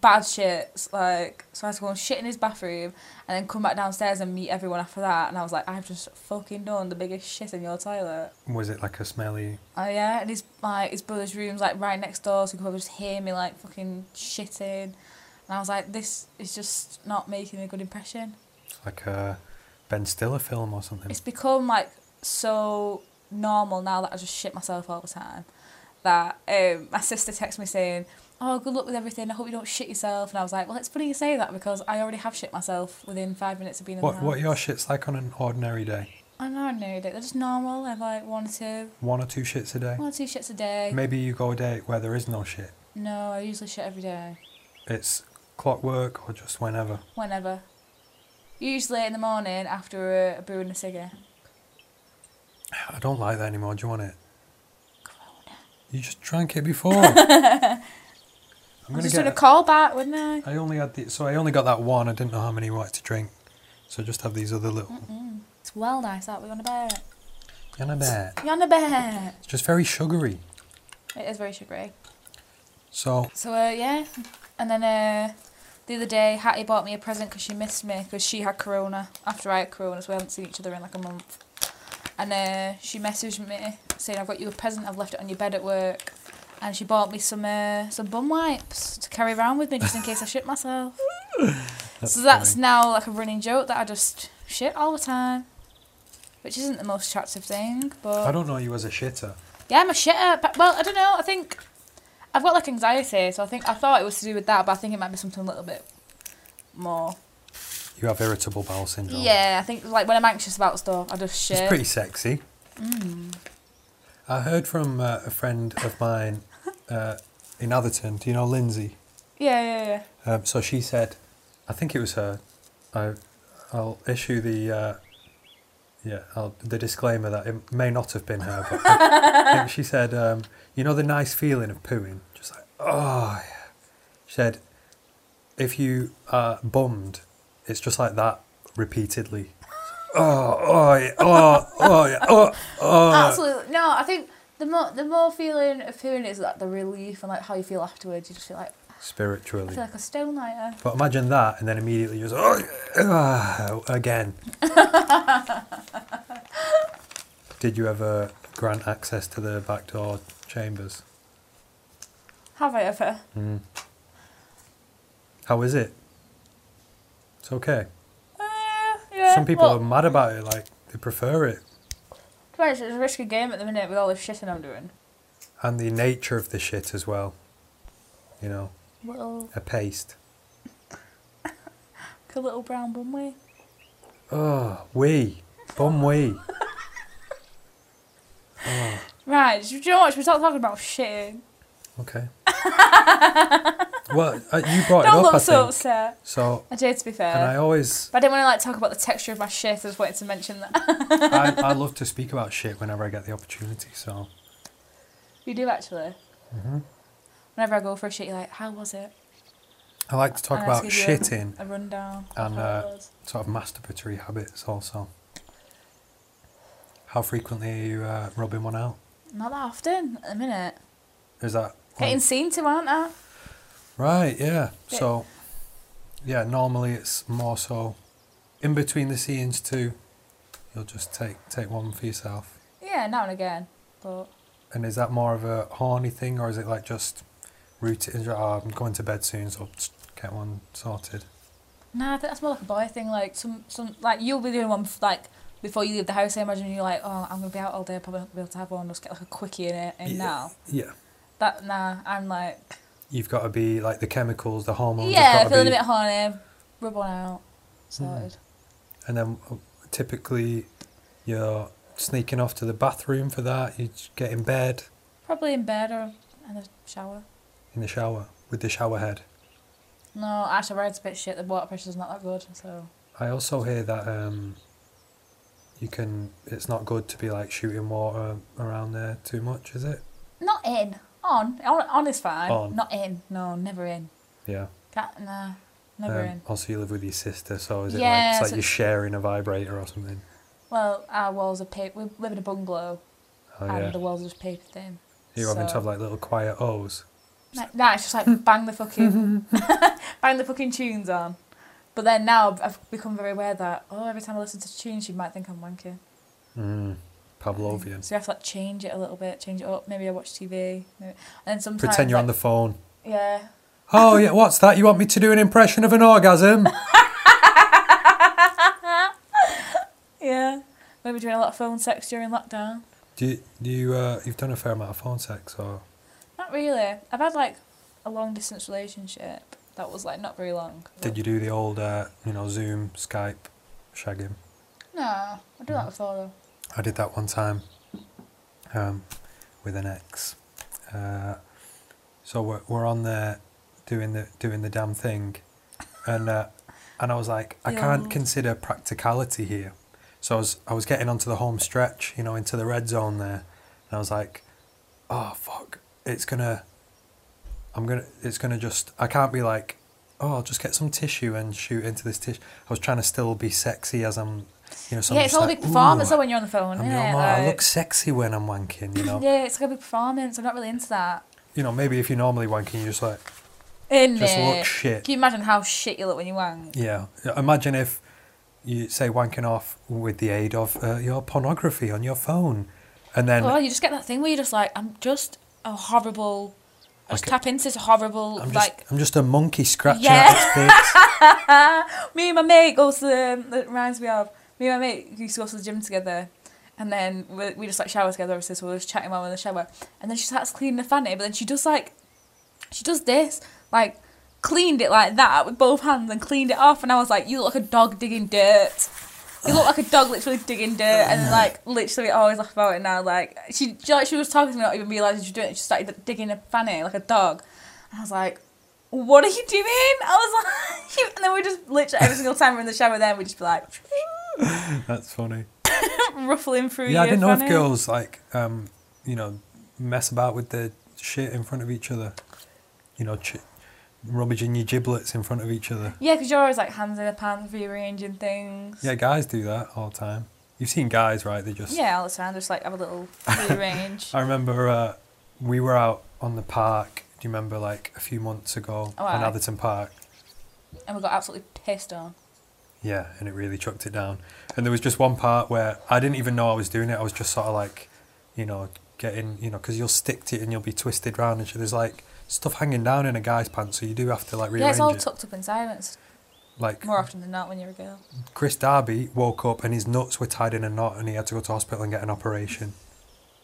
bad shits. Like, so I had to go and shit in his bathroom and then come back downstairs and meet everyone after that. And I was like, I've just fucking done the biggest shit in your toilet. Was it like a smelly? Oh yeah, and his like his brother's room's like right next door, so you could probably just hear me like fucking shitting. And I was like, this is just not making a good impression. It's like a Ben Stiller film or something. It's become like so normal now that I just shit myself all the time. that um, my sister texted me saying, "Oh, good luck with everything. I hope you don't shit yourself." And I was like, "Well, it's funny you say that because I already have shit myself within five minutes of being in the What house." what your shits like on an ordinary day? I know, I know. They're just normal. I have like one or two, One or two shits a day. one or two shits a day. Maybe you go a day where there is no shit. No, I usually shit every day, It's clockwork or just whenever. whenever. Usually in the morning after a, a brew and a cigarette. I don't like that anymore. Do you want it? You just drank it before. I'm I was gonna just get. doing a call back, wouldn't I? I only had the so I only got that one. I didn't know how many I had to drink, so I just have these other little. Mm. It's well nice that we're on a bear. Yana bear. You're on a bear. It's just very sugary. It is very sugary. So So uh, yeah, and then uh, the other day Hattie bought me a present because she missed me because she had corona after I had corona, so we hadn't seen each other in like a month. And uh, she messaged me saying I've got you a present. I've left it on your bed at work, and she bought me some uh, some bum wipes to carry around with me just in case I shit myself. so that's funny. now like a running joke that I just shit all the time, which isn't the most attractive thing. But I don't know you as a shitter. yeah, I'm a shitter. But, well, I don't know. I think I've got like anxiety, so I think I thought it was to do with that, but I think it might be something a little bit more. You have irritable bowel syndrome. Yeah, I think like when I'm anxious about stuff, I just shit. It's pretty sexy. Mm. I heard from uh, a friend of mine uh, in Atherton. Do you know Lindsay? yeah, yeah, yeah. Um, so she said, I think it was her. I, I'll issue the uh, yeah I'll, the disclaimer that it may not have been her. But I think she said, um, you know the nice feeling of pooing, just like oh yeah. She said, if you are bummed, it's just like that repeatedly. Oh oh yeah, oh oh yeah, oh oh. Absolutely. No, I think the more the more feeling of pooing is like the relief and like how you feel afterwards. You just feel like I Spiritually. feel like a stone lighter. But imagine that, and then immediately you're just, oh, ah, again. Did you ever grant access to the backdoor chambers? Have I ever? How is it? It's okay. Uh, yeah. Mm. Some people well, are mad about it, like they prefer it. to be honest, it's a risky game at the minute with all this shitting I'm doing. And the nature of the shit as well. You know, Little, a paste. a little brown bum way. Oh, wee. Bum wee. Right. Do you know what? Should we start talking about shitting? Okay. well, uh, you brought Don't it up, I look so think. upset. So, I did, to be fair. and I always But I didn't want to like talk about the texture of my shit. I just wanted to mention that. I, I love to speak about shit whenever I get the opportunity. So you do actually. Mm-hmm. Whenever I go for a shit, you're like, "How was it?" I like to talk And I about just give you shitting, A rundown. of And, how it uh, was. sort of masturbatory habits also. How frequently are you uh, rubbing one out? not that often at the minute. Is that one- Getting seen to, aren't I? right? Yeah. Bit- So yeah, normally it's more so in between the scenes too. You'll just take take one for yourself. Yeah, now and again. But And is that more of a horny thing, or is it like just routine? Oh, I'm going to bed soon, so just get one sorted. nah, I think that's more like a boy thing. Like some, some, like you'll be doing one f- like before you leave the house. I imagine you're like, "Oh, I'm gonna be out all day. Probably not gonna be able to have one. Just get like a quickie in it." And Yeah. now Yeah. that nah, I'm like, You've got to be like the chemicals, the hormones. have yeah, got to feeling be, Hmm. a bit horny. Rub one out. Sorted. And then uh, typically, you're sneaking off to the bathroom for that. You just get in bed Probably in bed or in the shower. in the shower with the shower head. No, actually, red's a bit shit. The water pressure's not that good, so. I also hear that um, you can. It's not good to be like shooting water around there too much, is it? Not in. On. On, on is fine. On. Not in. No, never in. Yeah. Can't, nah, never in. Um, also, you live with your sister, so is it Yeah, like it's like so- you're sharing a vibrator or something? Well, our walls are paper. We live in a bungalow, Oh and yeah. the walls are just paper thin. You're having to so- have like little quiet O's. Like, nah, it's just like bang the fucking, bang the fucking tunes on. But then now I've- I've become very aware that oh, every time I listen to tunes, you might think I'm wanking. Mm. Pavlovian. So you have to like change it a little bit, change it up. Maybe I watch TV, maybe. and then sometimes Pretend you're on the like, phone. the yeah. Oh yeah, what's that? You want me to do an impression of an orgasm? Yeah. We were doing a lot of phone sex during lockdown. Do you, do you uh, you've done a fair amount of phone sex, or Not really. I've had like a long distance relationship that was like not very long. Did you do the old, uh, you know, Zoom, Skype, shagging? No, I do Mm. that before though. I did that one time um, with an ex. Uh, so we're, we're on there doing the doing the damn thing, and uh, and I was like, I The can't old- consider practicality here. So I was I was getting onto the home stretch, you know, into the red zone there, and I was like, oh fuck, it's gonna, I'm gonna, it's gonna just, I can't be like, oh, I'll just get some tissue and shoot into this tissue. I was trying to still be sexy as I'm, you know, so I'm yeah, it's just all a like, big performance "Ooh." though when you're on the phone, I mean, isn't I'm it? all- I Like- look sexy when I'm wanking, you know. Yeah, it's like a big performance. I'm not really into that. You know, maybe if you're normally wanking, you're just like, In just it. look shit. Can you imagine how shit you look when you wank? Yeah. Imagine if you say wanking off with the aid of uh, your pornography on your phone, and then Oh, you just get that thing where you're just like, I'm just a horrible. I just Like a- tap into this horrible, I'm just like, I'm just a monkey scratching Yeah. at its dicks. me and my mate goes to the, that reminds me of me and my mate used to go to the gym together and then we, we just like shower together obviously so we we're just chatting while we're in the shower and then she starts cleaning the fanny but then she does like she does this like cleaned it like that with both hands and cleaned it off and I was like you look like a dog digging dirt you look like a dog literally digging dirt and then, like literally I always laugh about it now like she she, like, she was talking to me not even realising she was doing it she started digging a fanny like a dog and I was like what are you doing? I was like, and then we just literally every single time we're in the shower, then we just be like That's funny. ruffling through. Yeah, I your didn't know if fanny. girls like, um, you know, mess about with the shit in front of each other. You know, ch- rummaging your giblets in front of each other. Yeah, because you're always like hands in the pants, rearranging things. Yeah, guys do that all the time. You've seen guys, right? They just Yeah, all the time, just like have a little rearrange. I remember uh, we were out on the park. Do you remember like a few months ago Oh, on aye. Atherton Park? and we got absolutely pissed on. Yeah, and it really chucked it down. And there was just one part where I didn't even know I was doing it. I was just sort of like, you know, getting, you know, because you'll stick to it and you'll be twisted round and shit. There's like stuff hanging down in a guy's pants, so you do have to like yeah, rearrange it's all it. tucked up in silence like more often than not when you're a girl. Chris Darby woke up and his nuts were tied in a knot, and he had to go to hospital and get an operation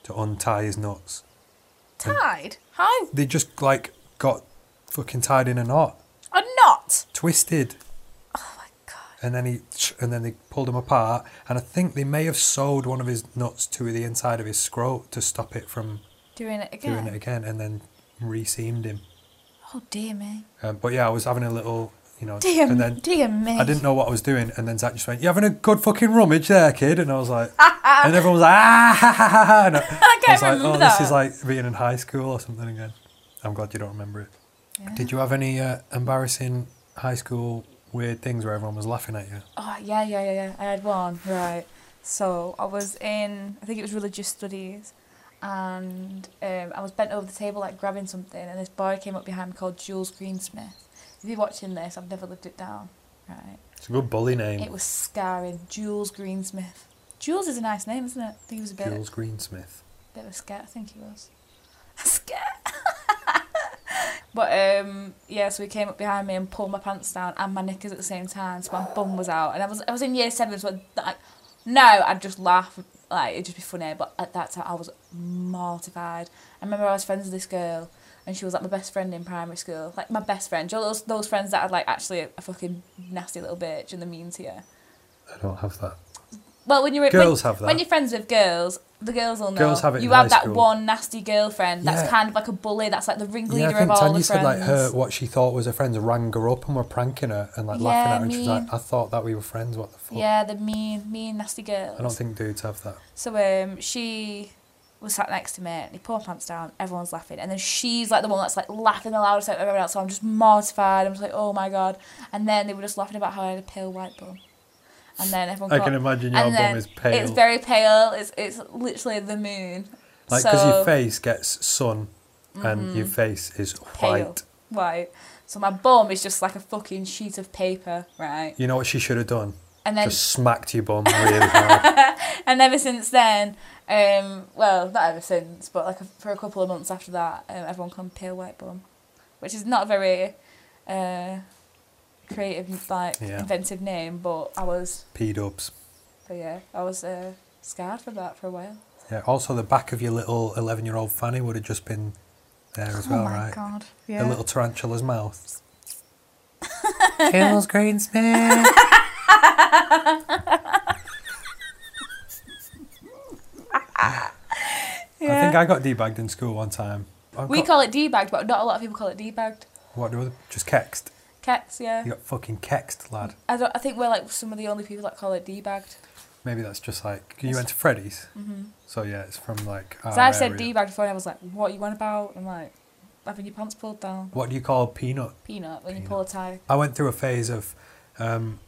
to untie his nuts. And- Tied? How? They just like got fucking tied in a knot, A knot? twisted. Oh my god. and then he and then they pulled him apart and i think they may have sewed one of his nuts to the inside of his scrot to stop it from Doing it again. doing it again and then re-seamed him Oh dear me. um, but yeah i was having a little you know Dear, and then dear me. i didn't know what i was doing and then zach just went you having a good fucking rummage there kid and i was like and everyone was like ah ha, ha, ha, ha. And i, can't was like remember oh that. this is like being in high school or something again i'm glad you don't remember it Yeah. did you have any uh, embarrassing high school weird things where everyone was laughing at you Oh yeah, yeah, yeah, yeah. I had one right. So I was in, I think it was religious studies, and um, I was bent over the table like grabbing something, and this boy came up behind me called Jules Greensmith. If you're watching this, I've never lived it down, right? it's a good bully name It was scarring. Jules Greensmith. Jules is a nice name, isn't it? I think he was a bit, Jules Greensmith. bit of a scat. I think he was. A scat. but um, yeah, so he came up behind me and pulled my pants down and my knickers at the same time, so my bum was out. And I was I was in year seven, so I'd, like, no, I'd just laugh, like it'd just be funny. But at that time, I was mortified. I remember I was friends with this girl, and she was like my best friend in primary school, like my best friend. You know those those friends that are like actually a, fucking nasty little bitch and the mean to you. I don't have that. Well, when you're when- Girls have that. when you're friends with girls, the girls will know. Girls have it you in have high that school. one nasty girlfriend that's Yeah. kind of like a bully. That's like the ringleader yeah, I think of all Tanya the said friends. like her what she thought was her friends rang her up and were pranking her and like laughing Yeah, at her and she was mean. like, I thought that we were friends, what the fuck? Yeah, the mean, mean, nasty girls. I don't think dudes have that. So um, she was sat next to me, and he pulled my pants down. Everyone's laughing, and then she's like the one that's like laughing the loudest out of everyone else. So I'm just mortified. I'm just like, oh my god. And then they were just laughing about how I had a pale white bum. And then everyone. I got- can imagine your Oh and bum then is pale. It's very pale. It's it's literally the moon. like, so, Mm-hmm. because your face gets sun and your face is Pale. white. Right. So my bum is just like a fucking sheet of paper, right? You know what she should have done? And then Just smacked your bum really hard. and ever since then, um, well, not ever since, but like for a couple of months after that, um, everyone called me pale white bum, which is not a very uh, creative, like Yeah. inventive name, but I was, P dubs. but yeah, I was uh, scarred for that for a while. Yeah, also the back of your little 11 year old fanny would have just been there as well, oh my right? god. Yeah. The little tarantula's mouth. Kills Greensmith. I think I got debagged in school one time. I we got- call it debagged, but not a lot of people call it debagged. what do other just kexed. Kex, yeah. You got fucking kexed, lad. I don't. I think we're like some of the only people that call it debagged. Maybe that's just like you went to Freddy's. Mm-hmm. So yeah, it's from like. Because our I've said area. debagged before, and I was like, "What you on about?" I'm like, "Having your pants pulled down, What do you call peanut? peanut when you Peanut. pull a tie." I went through a phase of, um,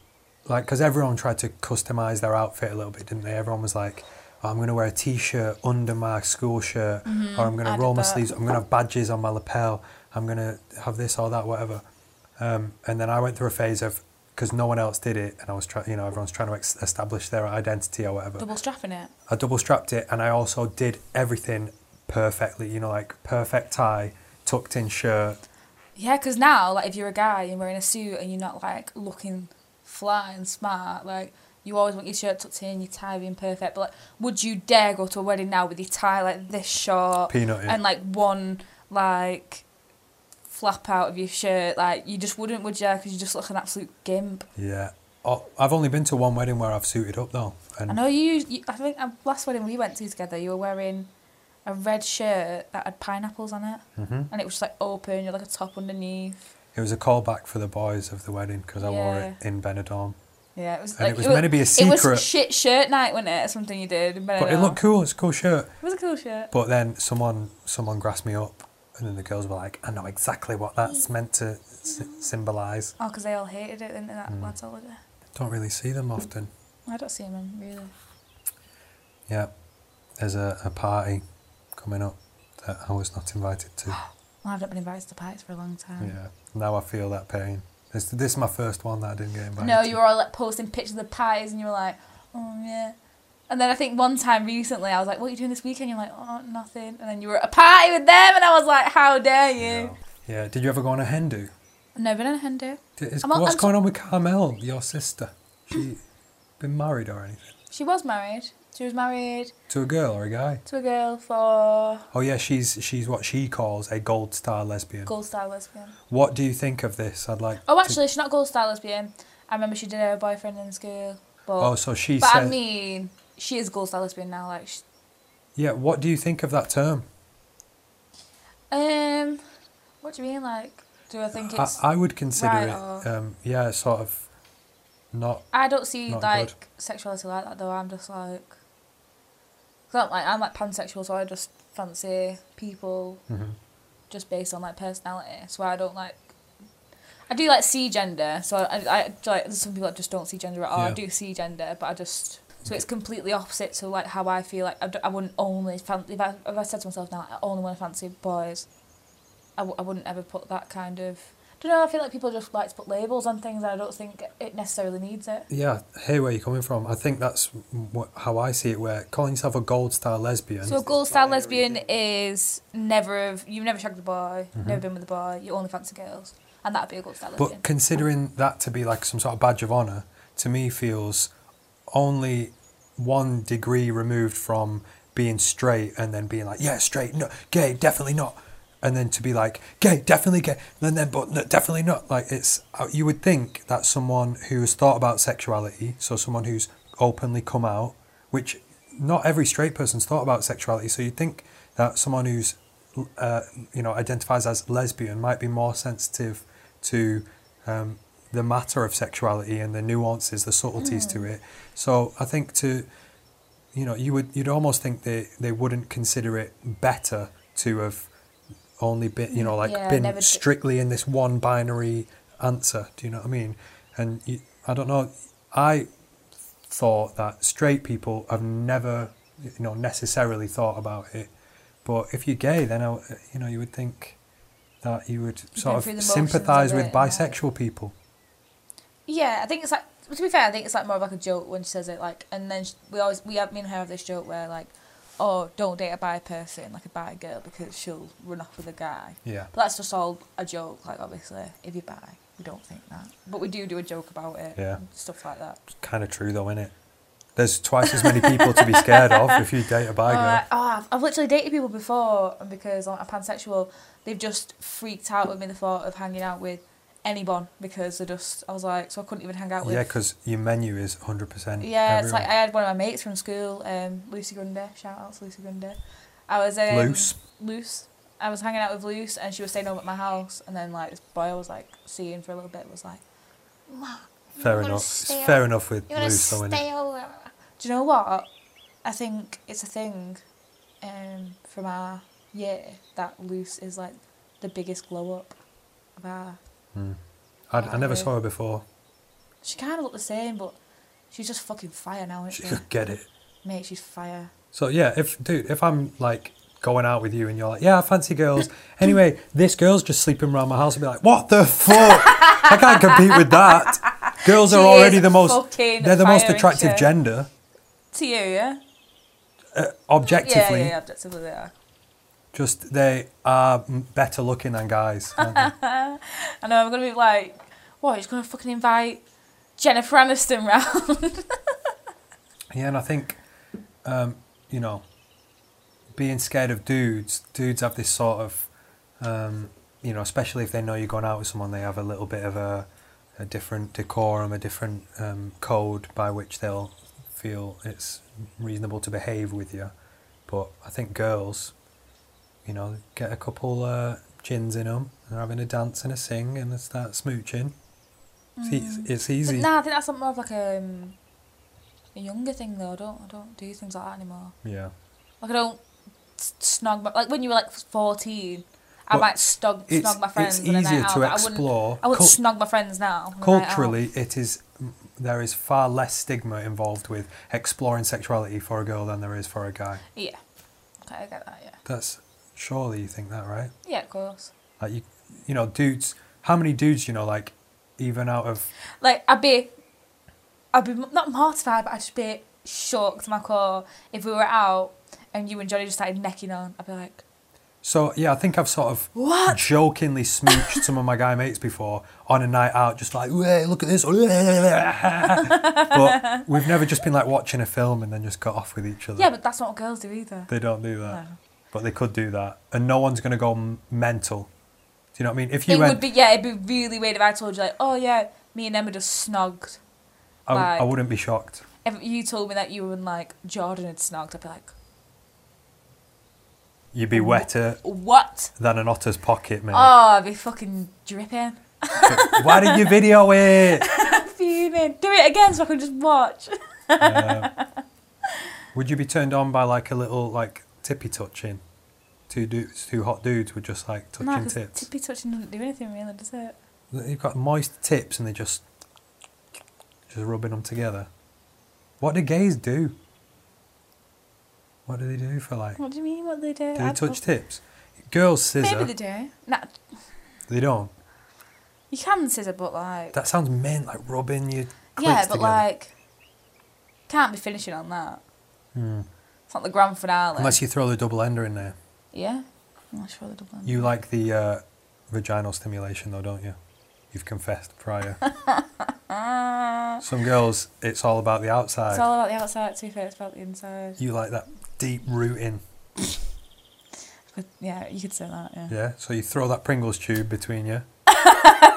like, because everyone tried to customize their outfit a little bit, didn't they? Everyone was like, oh, I'm going to wear a t shirt under my school shirt, or I'm going I to did roll my Mm-hmm. that. sleeves, I'm going to have badges on my lapel, I'm going to have this or that, whatever. Um, and then I went through a phase of, because no one else did it, and I was trying, you know, everyone's trying to ex- establish their identity or whatever. Double strapping it. I double strapped it and I also did everything perfectly, you know, like perfect tie, tucked in shirt. Yeah, because now, like, if you're a guy and wearing a suit and you're not like looking fly and smart, like, you always want your shirt tucked in, your tie being perfect. But like, would you dare go to a wedding now with your tie like this short Peanut in. and like one like flap out of your shirt? Like, you just wouldn't, would you? Because you just look an absolute gimp. Yeah. Oh, I've only been to one wedding where I've suited up though. And I know you, you. I think um, last wedding we went to together, you were wearing a red shirt that had pineapples on it, Mhm. and it was just like open. You had like a top underneath. it was a callback for the boys of the wedding because I wore it in Benidorm. Yeah, it was. And like, it was meant to be a secret. It was shit shirt night, wasn't it? Something you did. But, but it looked cool, it's a cool shirt. It was a cool shirt. But then someone someone grasped me up and then the girls were like, I know exactly what that's meant to s- symbolise. Oh, because they all hated it in that Mm. lads holiday. Don't really see them often. I don't see him really. Yeah. There's a, a party coming up that I was not invited to. Well, I've not been invited to parties for a long time. Yeah. Now I feel that pain. This, this is my first one that I didn't get invited. No, to. you were all like posting pictures of pies, and you were like, oh yeah. And then I think one time recently, I was like, what are you doing this weekend? You're like, oh nothing. And then you were at a party with them, and I was like, how dare you? No. Yeah. Did you ever go on a hen do? I've never been in a hen do. D- is- I'm not- what's I'm- going on with Carmel, your sister? She been married or anything? She was married. She was married To a girl or a guy? to a girl for Oh yeah, she's she's what she calls a gold star lesbian. Gold Star lesbian. What do you think of this? I'd like. Oh, to- actually, she's not gold star lesbian. I remember she did have a boyfriend in school, but Oh, so she but said. I mean, she is gold star lesbian now. Like, she, yeah. What do you think of that term? um, what do you mean? Like, do I think I, it's? I, I would consider right or- it. Um, yeah, sort of. Not don't see not like good. sexuality like that though. I'm just like, 'cause I'm like I'm like pansexual, so I just fancy people mhm. just based on like personality. So I don't like. I do like see gender, so I, I like there's some people that just don't see gender at all. I Yeah. do see gender, but I just so it's completely opposite to like how I feel. Like I, d- I wouldn't only fancy if I, if I said to myself now I only want to fancy boys. I, w- I wouldn't ever put that kind of. I don't know. I feel like people just like to put labels on things, and I don't think it necessarily needs it. Yeah, I hear where you're coming from. I think that's what, how I see it. Where calling yourself a gold star lesbian. So a gold star lesbian is never of you've never shagged a boy, never been with a boy. You only fancy girls, and that'd be a gold star lesbian. Mm-hmm. But considering that to be like some sort of badge of honour, to me feels only one degree removed from being straight and then being like, yeah, straight, no, gay, definitely not. And then to be like, gay, definitely gay, and then, but no, definitely not. Like, it's, uh, you would think that someone who has thought about sexuality, so someone who's openly come out, which not every straight person's thought about sexuality, so you'd think that someone who's uh, you know identifies as lesbian might be more sensitive to um, the matter of sexuality and the nuances, the subtleties Hmm. to it. So I think to you know you would you'd almost think they they wouldn't consider it better to have only been you know like Yeah, been never d- strictly in this one binary answer. Do you know what I mean? And you, I don't know. I thought that straight people have never, you know, necessarily thought about it. But if you're gay, then I, you know you would think that you would go sort through the of motions sympathise of with it and, like- bisexual people. Yeah, I think it's like to be fair, I think it's like more of like a joke when she says it. Like, and then she, we always we have me and her have this joke where like, oh, don't date a bi person, like a bi girl, because she'll run off with a guy. Yeah, But that's just all a joke. Like, obviously, if you're bi, we don't think that, but we do do a joke about it. Yeah. and stuff like that. kind of true though, isn't it? There's twice as many people to be scared of if you date a bi Oh, girl. I- oh, I've, I've literally dated people before, and because I'm pansexual, they've just freaked out with me the thought of hanging out with anyone because they just. I was like, so I couldn't even hang out with. Yeah, because your menu is 100%. Yeah, it's everyone. like I had one of my mates from school, um, Lucy Grundy. Shout out to Lucy Grundy. I was um, Loose. Luce. I was hanging out with Luce, and she was staying over at my house. And then like this boy I was like seeing for a little bit was like, Fair wanna enough. stay It's up- fair enough with You want to loose, though, innit? stay over? do you know what? I think it's a thing, um, from our year that Luce is like the biggest glow up of our. Mm. I, I never Okay. saw her before. She kind of looked the same, but she's just fucking fire now, She isn't she? could get it. Mate, she's fire. So yeah, if dude, if I'm like going out with you and you're like, yeah, I fancy girls. Anyway, this girl's just sleeping around my house. I'll be like, what the fuck? I can't compete with that. Girls She are already is the most. fucking They're the most fire, isn't attractive she? gender, To you, yeah. uh, Yeah, objectively. yeah, yeah, objectively they are. Just they are mm, better looking than guys. aren't they? I know I'm gonna be like, what? He's gonna fucking invite Jennifer Aniston round. yeah, and I think, um, you know, being scared of dudes. Dudes have this sort of, um, you know, especially if they know you're going out with someone, they have a little bit of a, a different decorum, a different um, code by which they'll feel it's reasonable to behave with you. But I think girls, you know, get a couple uh, gins in them, they're having a dance and a sing, and they start smooching. It's, e- it's easy. nah, I think that's something more of like a, um, a younger thing though. I don't, I don't do things like that anymore. Yeah. Like I don't s- snog my, like when you were like 14, I But might snog, snog my friends. It's on a night easier out, to but explore. I wouldn't, I wouldn't Cul- snog my friends now. on a night out. culturally, it is there is far less stigma involved with exploring sexuality for a girl than there is for a guy. Yeah. Okay, I get that. Yeah. That's surely you think that, right? Yeah, of course. Like you, you know, dudes. How many dudes you know? Like even out of Like I'd be, I'd be m- not mortified, but I'd just be shocked, my core. If we were out and you and Johnny just started necking on, I'd be like, so yeah, I think I've sort of What? jokingly smooched some of my guy mates before on a night out, just like "Wait, look at this. but we've never just been like watching a film and then just got off with each other. yeah, but that's not what girls do either. They don't do that. No. But they could do that. And no one's going to go m- mental. Do you know what I mean? If you it went, would be yeah, it'd be really weird if I told you like, oh yeah, me and Emma just snogged. I, w- I like- wouldn't be shocked. If you told me that you and like Jordan had snogged, I'd be like, You'd be wetter what? than an otter's pocket, mate. Mm. Oh, I'd be fucking dripping, Why did you video it? fuming. Do it again so I can just watch. Yeah. would you be turned on by like a little like tippy touching? Two dudes, two hot dudes were just like touching No, 'cause tips. tippy touching doesn't do anything really, does it? You've got moist tips and they just just rubbing them together. What do gays do? What do they do for like? What do you mean? What do they do? Do they I'd touch love- tips? Girls scissor. Maybe They, they do. Nah, don't. you can scissor, but like, That sounds meant like rubbing your. yeah, cleats but together. like, can't be finishing on that. Hmm. It's not the grand finale. Unless you throw the double ender in there. yeah, I'm sure they've done. You like the uh, vaginal stimulation though, don't you? You've confessed prior. Ah, Some girls, it's all about the outside. it's all about the outside. Too fair, it's about the inside. you like that deep rooting, But, yeah, you could say that. Yeah, yeah? So you throw that Pringles tube between you.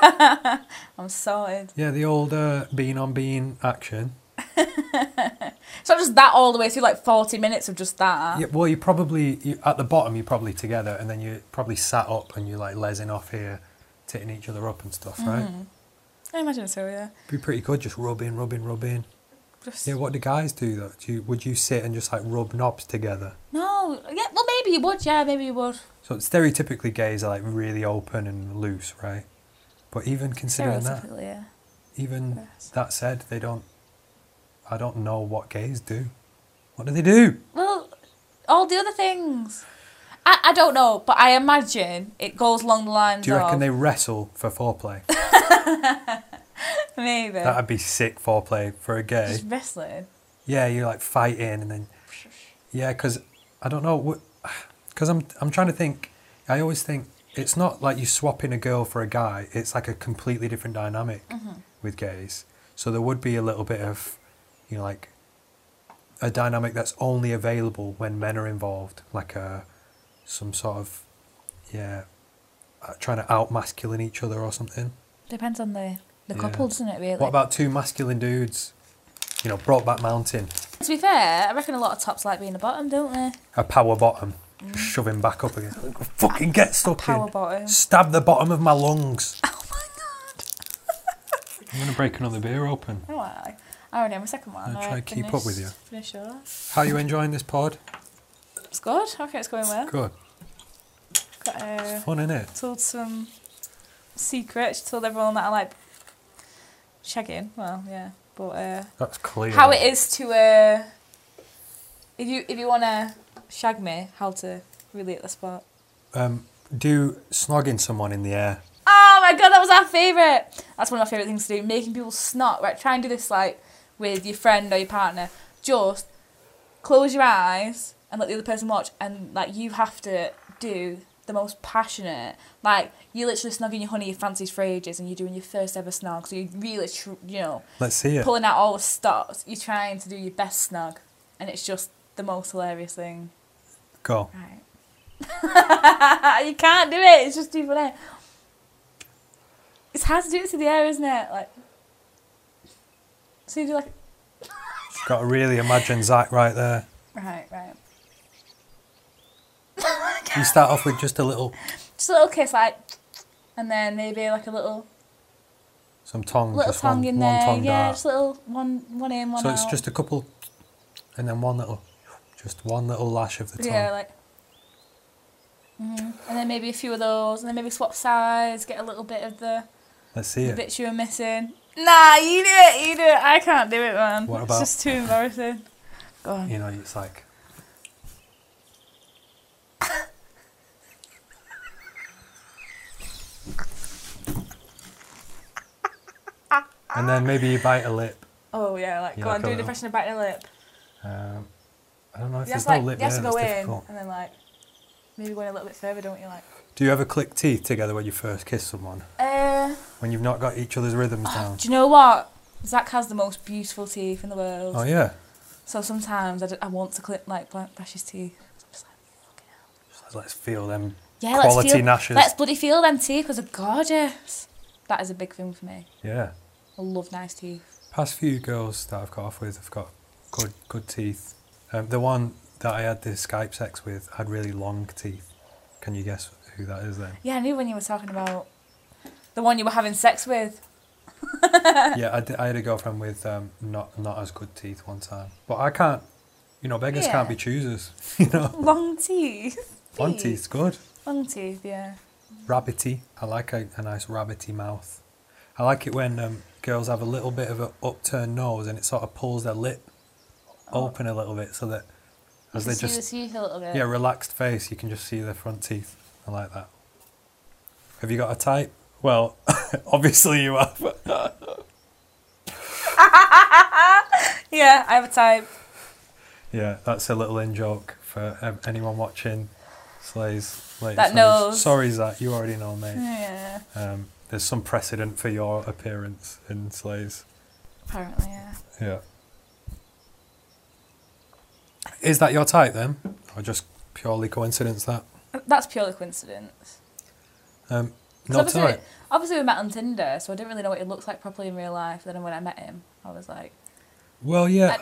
I'm sorted. Yeah, the old uh, bean on bean action. It's not just that all the way through, like 40 minutes of just that. Yeah, well, you probably you, at the bottom you're probably together, and then you're probably sat up and you're like lesing off here, titting each other up and stuff, right? Mm-hmm. I imagine so. Yeah, Be pretty good, just rubbing, rubbing, rubbing. just Yeah, what do guys do though? Do you, would you sit and just like rub knobs together? no. Yeah, well maybe you would. Yeah, maybe you would. So stereotypically, gays are like really open and loose, right? But even considering that, Stereotypically, yeah. even Yes. that said, they don't. I don't know what gays do. What do they do? Well, all the other things. I, I don't know, but I imagine it goes along the lines Do you reckon of they wrestle for foreplay? maybe That'd be sick foreplay for a gay. just wrestling. Yeah, you're like fighting, and then yeah, because I don't know, because I'm I'm trying to think. I always think it's not like you swapping a girl for a guy. It's like a completely different dynamic with gays. So there would be a little bit of, you know, like a dynamic that's only available when men are involved, like a some sort of yeah, uh, trying to out masculine each other or something. Depends on the, the Yeah. couple, doesn't it, really? What about two masculine dudes? You know, brought back mountain, to be fair, I reckon a lot of tops like being a bottom, don't they? a power bottom, shoving back up again. Fucking get stuck Mm. Power in. bottom. Stab the bottom of my lungs. Oh my god. I'm gonna break another beer open. Oh, I, I already have my second one. I'll All try right, to keep up with finish- you. Finish yours. How are you enjoying this pod? It's good. Okay, it's going well. Good. Got, uh, Fun, innit? told some secrets. Told everyone that I like shagging. Well, yeah, but uh, That's clear. how it is to uh, if you if you wanna shag me, how to really hit the spot. Um, do snogging someone in the air. Oh my god, that was our favourite. That's one of my favourite things to do, making people snot. Right, try and do this like with your friend or your partner. Just close your eyes and let the other person watch, and like you have to do the most passionate. Like you're literally snogging your honey, your fancies for ages, and you're doing your first ever snog. So you're really, tr- you know, Let's see it. pulling out all the stops. You're trying to do your best snog, and it's just the most hilarious thing. Go. Right. you can't do it. It's just too funny. It's hard to do it to the air, isn't it? Like, so you do like, Got to really imagine Zach right there. right, right. You start off with just a little, Just a little kiss, like, and then maybe like a little some tongue, little just tongue one, in one there. tongue yeah, dart. just a little one one in, one So out. it's just a couple, and then one little, just one little lash of the tongue. yeah, like. Mhm. And then maybe a few of those, and then maybe swap sides, get a little bit of the, Let's see the it. bits you were missing. Nah, you do it, you do it. I can't do it, man. What It's about- just too embarrassing. Go on. You know, it's like. and then maybe you bite a lip. Oh yeah, like You go like on, a do an little- impression of biting a lip. Um, I don't know if You have there's to no like lip you have there. to go That's in difficult. and then like maybe go in a little bit further, don't you? Like Do you ever click teeth together when you first kiss someone? uh, When you've not got each other's rhythms down? do you know what? Zach has the most beautiful teeth in the world. Oh yeah. So sometimes I, d- I want to clip like bl- brush his teeth. I'm just like, fucking hell. So Let's feel them Yeah, quality let's feel, gnashes. let's bloody feel them teeth because they're gorgeous. That is a big thing for me. Yeah. I love nice teeth. Past few girls that I've got off with have got good good teeth. Um, the one that I had the Skype sex with had really long teeth. Can you guess who that is then? Yeah, I knew when you were talking about the one you were having sex with. yeah, I, d- I had a girlfriend with um, not not as good teeth one time. But I can't, you know, beggars can't Yeah. be choosers. You know, Long teeth. one Teeth. teeth's good. Long teeth, yeah. Rabbity. I like a, a nice rabbity mouth. I like it when um, girls have a little bit of an upturned nose and it sort of pulls their lip open a little bit so that as You they can see just the teeth a little bit. Yeah, relaxed face. You can just see the front teeth. I like that. Have you got a type? Well, obviously you have. Yeah, I have a type. yeah, that's a little in joke for um, anyone watching Slay's That latest. release. knows. Sorry, Zach, you already know, mate. Yeah, Um, there's some precedent for your appearance in Slay's. apparently, yeah. Yeah. Is that your type then, or just purely coincidence that? Uh, That's purely coincidence. Um, 'Cause no obviously, type. obviously, we met on Tinder, so I didn't really know what he looks like properly in real life. Then when I met him, I was like, Well, yeah,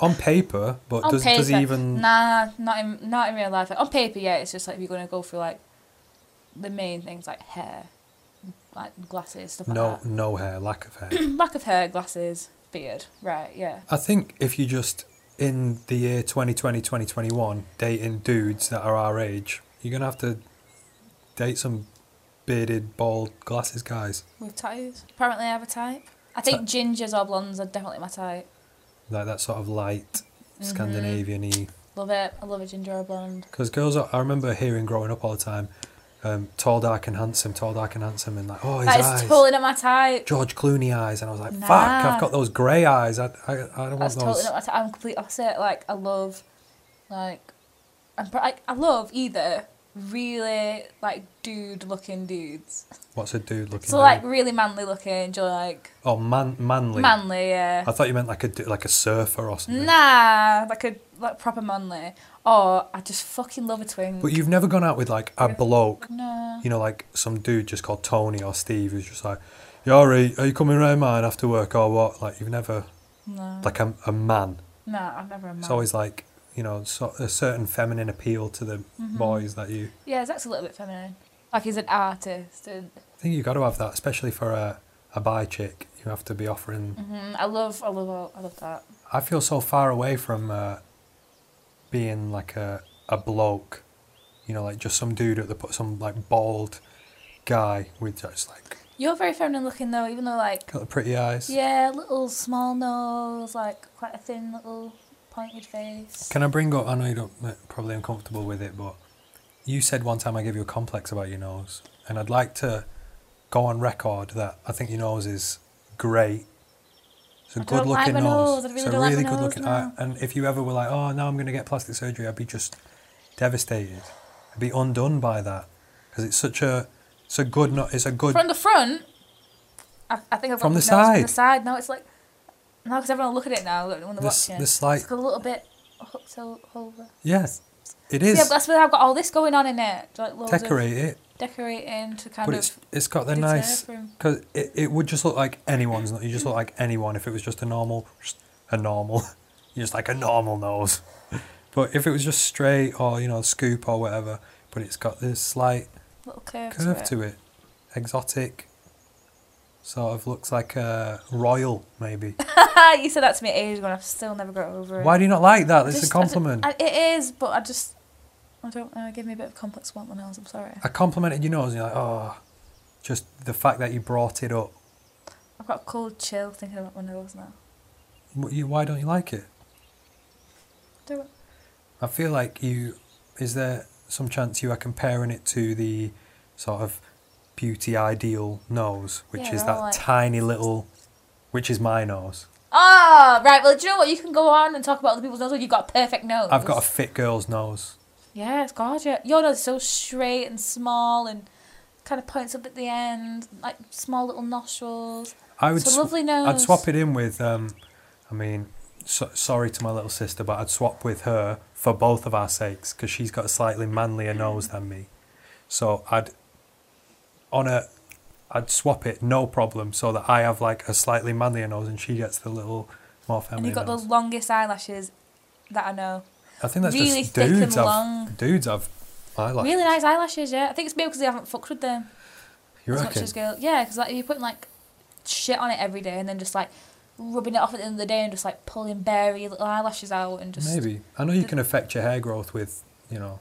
on paper, but on does, paper, does he even? nah, not in not in real life. Like, on paper, yeah, it's just like if you're gonna go through like the main things like hair, like glasses, stuff like No, no hair, lack of hair. that. Lack of hair, glasses, beard, right? Yeah, I think if you just in the year 2020, 2021, dating dudes that are our age, you're gonna have to date some bearded, bald, glasses guys. with tattoos. Apparently, I have a type. I think gingers or blondes are definitely my type. Like that sort of light, Mm-hmm. Scandinavian y. Love it. I love a ginger or blonde. Because girls, are, I remember hearing growing up all the time, um, tall, dark, and handsome, tall, dark, and handsome, and like, oh, his That eyes. is totally not my type. George Clooney eyes, and I was like, "Fuck! Nah. I've got those grey eyes. I, I, I don't want That's those." totally not my type. I'm complete opposite. Like I love, like, I'm pr- I, I love either really like dude looking dudes. What's a dude looking? So like really manly looking, you're like oh man, manly. manly, yeah. I thought you meant like a du- like a surfer or something. Nah, like a like proper manly. Or I just fucking love a twink. But you've never gone out with like a bloke, no. you know, like some dude just called Tony or Steve who's just like, Yari, are you coming round mine after work or what? Like you've never No. like a, a man. Mm. no, I've never a man. It's always like you know so, a certain feminine appeal to the boys that you Yeah, his act's a little bit feminine. Like he's an artist, and I think you got to have that, especially for a a bi chick. You have to be offering. mm, I love, I love, all, I love that. I feel so far away from uh, being like a a bloke, you know, like just some dude at the put some like bald guy with just like You're very feminine looking though, even though like got the pretty eyes. yeah, little small nose, like quite a thin little pointed face. Can I bring up? I know you don't like, probably uncomfortable with it, but you said one time I gave you a complex about your nose, and I'd like to go on record that I think your nose is great. It's a I good don't like looking my nose. nose, I It's really a don't like really my good nose looking. now. I, and if you ever were like, oh, now I'm going to get plastic surgery, I'd be just devastated. I'd be undone by that because it's such a, it's a good, no, it's a good. From the front, I, I think I've got From the nose From side. the side, no, it's like no, because everyone will look at it now when they're The s- watching. the slight- It's like a little bit hooked o- over. Yeah, it Yeah, is. but that's where I've got all this going on in it, like loads of Decorate it, decorating to kind but of. it's it's got the deter nice from- Because it, it would just look like anyone's. You just look like anyone if it was just a normal, just a normal. You're just like a normal nose. But if it was just straight or, you know, scoop or whatever, but it's got this slight little curve, curve to it. Exotic. Sort of looks like a royal, maybe. it. you said that to me ages ago, and I've still never got over it. Why do you not like that? It's a Just- I don't- compliment. I, I- it is, but I just, I don't know. Give me a bit of complex want when I was. I'm sorry. complimented your nose and you're like, oh, just the fact that you brought it up. I've got a cold chill thinking about my nose now. Wh- you- Why don't you like it? Do it. I feel like you. Is there some chance you are comparing it to the sort of beauty ideal nose, which Yeah, is they're that all like- tiny little, which is my nose. Ah, right. Well, do you know what? You can go on and talk about other people's noses. You've got a perfect nose. I've got a fit girl's nose. yeah, it's gorgeous. Your nose is so straight and small and kind of points up at the end, like small little nostrils. I would. It's a sw- lovely nose. I'd swap it in with. Um, I mean, so, sorry to my little sister, but I'd swap with her for both of our sakes because she's got a slightly manlier nose than me. So I'd on a. I'd swap it, no problem, so that I have like a slightly manlier nose and she gets the little more feminine. And you've got nose. the longest eyelashes that I know. I think that's really just thick and dudes. long. I've, dudes, I've. I like. Really nice eyelashes, yeah. I think it's maybe because they haven't fucked with them. You as much reckon? as girl. Yeah, because like if you're putting like shit on it every day and then just like rubbing it off at the end of the day and just like pulling berry little eyelashes out and just Maybe. I know you can affect your hair growth with, you know,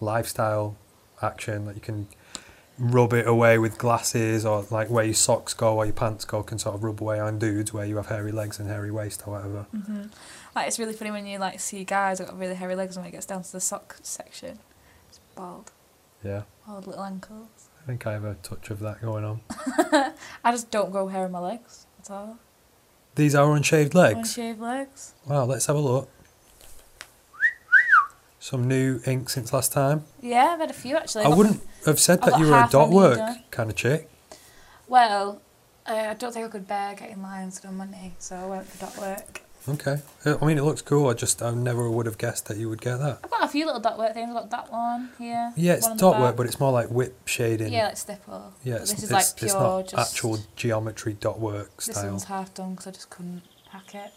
lifestyle action. That you can rub it away with glasses or like where your socks go or your pants go can sort of rub away on dudes where you have hairy legs and hairy waist or whatever. Mm-hmm. like it's really funny when you like see guys that got really hairy legs when it gets down to the sock section. It's bald, Yeah. bald little ankles. I think I have a touch of that going on. I just don't grow hair on my legs at all. These are unshaved legs. Unshaved legs. Wow, let's have a look. Some new ink since last time. Yeah, I've had a few actually. I Got- wouldn't have said I've that got you were a half my dot knee work done. kind of chick. Well, uh, I don't think I could bear getting lines done on my knee, so I went for dot work. Okay. Uh, I mean, it looks cool. I just, I never would have guessed that you would get that. I've got a few little dot work things. I've got that one here. Yeah, it's one on the dot work, back. but it's more like whip shading. Yeah, like stipple. Yeah, But it's, this is it's- like pure. it's not just, actual geometry dot work This style. one's half done because I just couldn't hack it.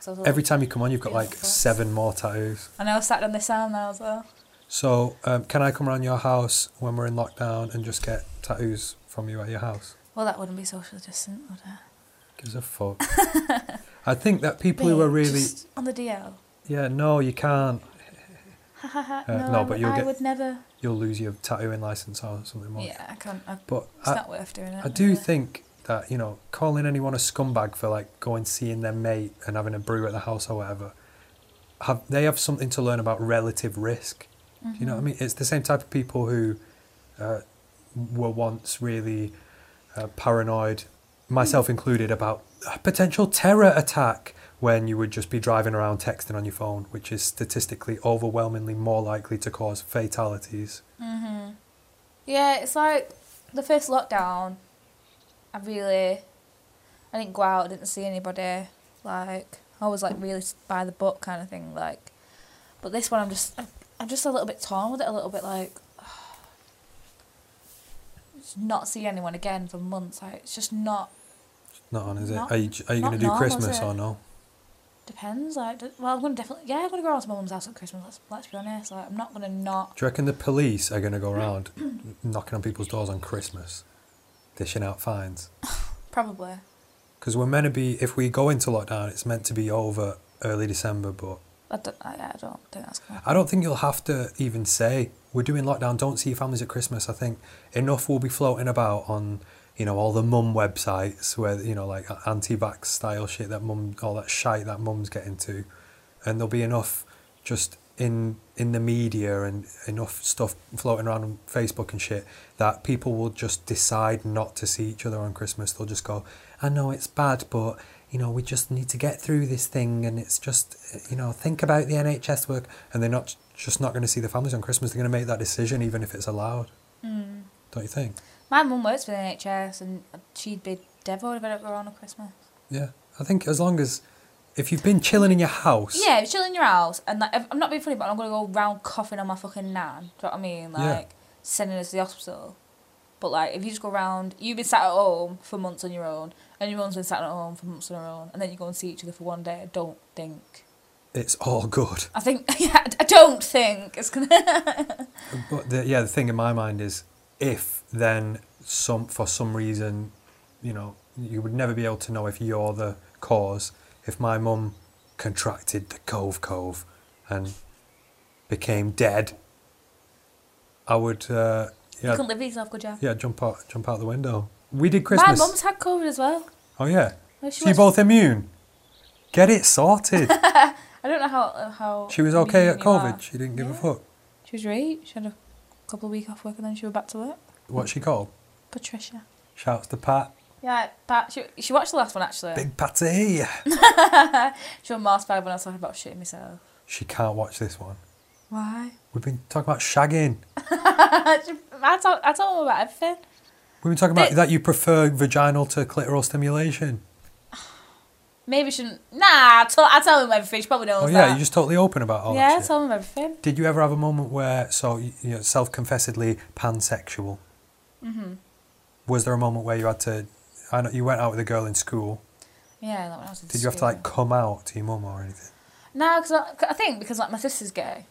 So I was like- Every time you come on, you've got like Beautiful. seven more tattoos. I know I sat on this arm now as well. So, um, can I come around your house when we're in lockdown and just get tattoos from you at your house? Well, that wouldn't be social distant, would it? Gives a fuck. I think that people who are Babe, really just on the DL. yeah no, you can't. Ha ha ha. Uh, no, no, I, but would- you'll I get- would never. You'll lose your tattooing license or something more. Yeah, I can't. I, it's But I, not worth doing it. I do really. think that you know calling anyone a scumbag for like going seeing their mate and having a brew at the house or whatever, have they have something to learn about relative risk. Do you know what Mm-hmm. I mean? It's the same type of people who uh, were once really uh, paranoid, Mm. myself included, about a potential terror attack when you would just be driving around texting on your phone, which is statistically overwhelmingly more likely to cause fatalities. hmm Yeah, it's like the first lockdown. I really, I didn't go out. I didn't see anybody. Like I was like really by the book kind of thing. Like, but this one I'm just I'm- I'm just a little bit torn with it. A little bit like. just Not see anyone again for months. Like it's just not Not on, is it? Not- are you, are you not going to do normal, is Christmas it? or no? depends. Like d- well, I'm gonna definitely yeah, I'm gonna go around to my mum's house at Christmas. Let's let's be honest. Like I'm not gonna not Do you reckon the police are going to go around knocking on people's doors on Christmas, dishing out fines? probably. Because we're meant to be, if we go into lockdown, it's meant to be over early December, but I don't. I, I don't think that's gonna. I don't think you'll have to even say we're doing lockdown. Don't see your families at Christmas. I think enough will be floating about on you know all the mum websites where you know like anti-vax style shit that mum all that shite that mums get into, and there'll be enough just in in the media and enough stuff floating around on Facebook and shit that people will just decide not to see each other on Christmas. They'll just go, I know it's bad, but you know, we just need to get through this thing and it's just, you know, think about the NHS work and they're not just not going to see the families on Christmas. They're going to make that decision even if it's allowed. Mm. Don't you think? My mum works for the NHS and she'd be devil if I don't go around on Christmas. Yeah. I think as long as if you've been chilling in your house, Yeah, if chill in your house and like, if, I'm not being funny, but I'm gonna go round coughing on my fucking nan. Do you know what I mean? Yeah. Like sending us to the hospital. But like, if you just go round, you've been sat at home for months on your own, and your mum's been sat at home for months on her own, and then you go and see each other for one day. I don't think. it's all good. I think. Yeah, I don't think it's gonna. But the, yeah, the thing in my mind is if then some for some reason, you know, you would never be able to know if you're the cause. If my mum contracted the Cove Cove and became dead, I would uh, you yeah couldn't live with yourself, could you? yeah jump out jump out the window. We did My Christmas. mum's had COVID as well. oh yeah, No, so she you're was- both immune. Get it sorted. I don't know how uh, how. she was okay at immune you are. COVID. She didn't give a Yeah. fuck. She was right. She had a couple of week off work and then she was back to work. What's she called? Patricia. Shouts to Pat. Yeah, Pat. She, she watched the last one actually. Big Patty. She was mortified when I was talking about shitting myself. She can't watch this one. Why? We've been talking about shagging. I told I told them about everything. We've been talking about Th- that you prefer vaginal to clitoral stimulation. Maybe shouldn't. Nah, I told, I told him everything. She probably knows oh yeah, that. you're just totally open about all yeah, that I shit. told him everything. Did you ever have a moment where, so you you know, self-confessedly pansexual? Mhm. Was there a moment where you had to? I know you went out with a girl in school. Yeah, like when I was in Did you have to like come out to your mum or anything? No, because I, I think because like my sister's gay.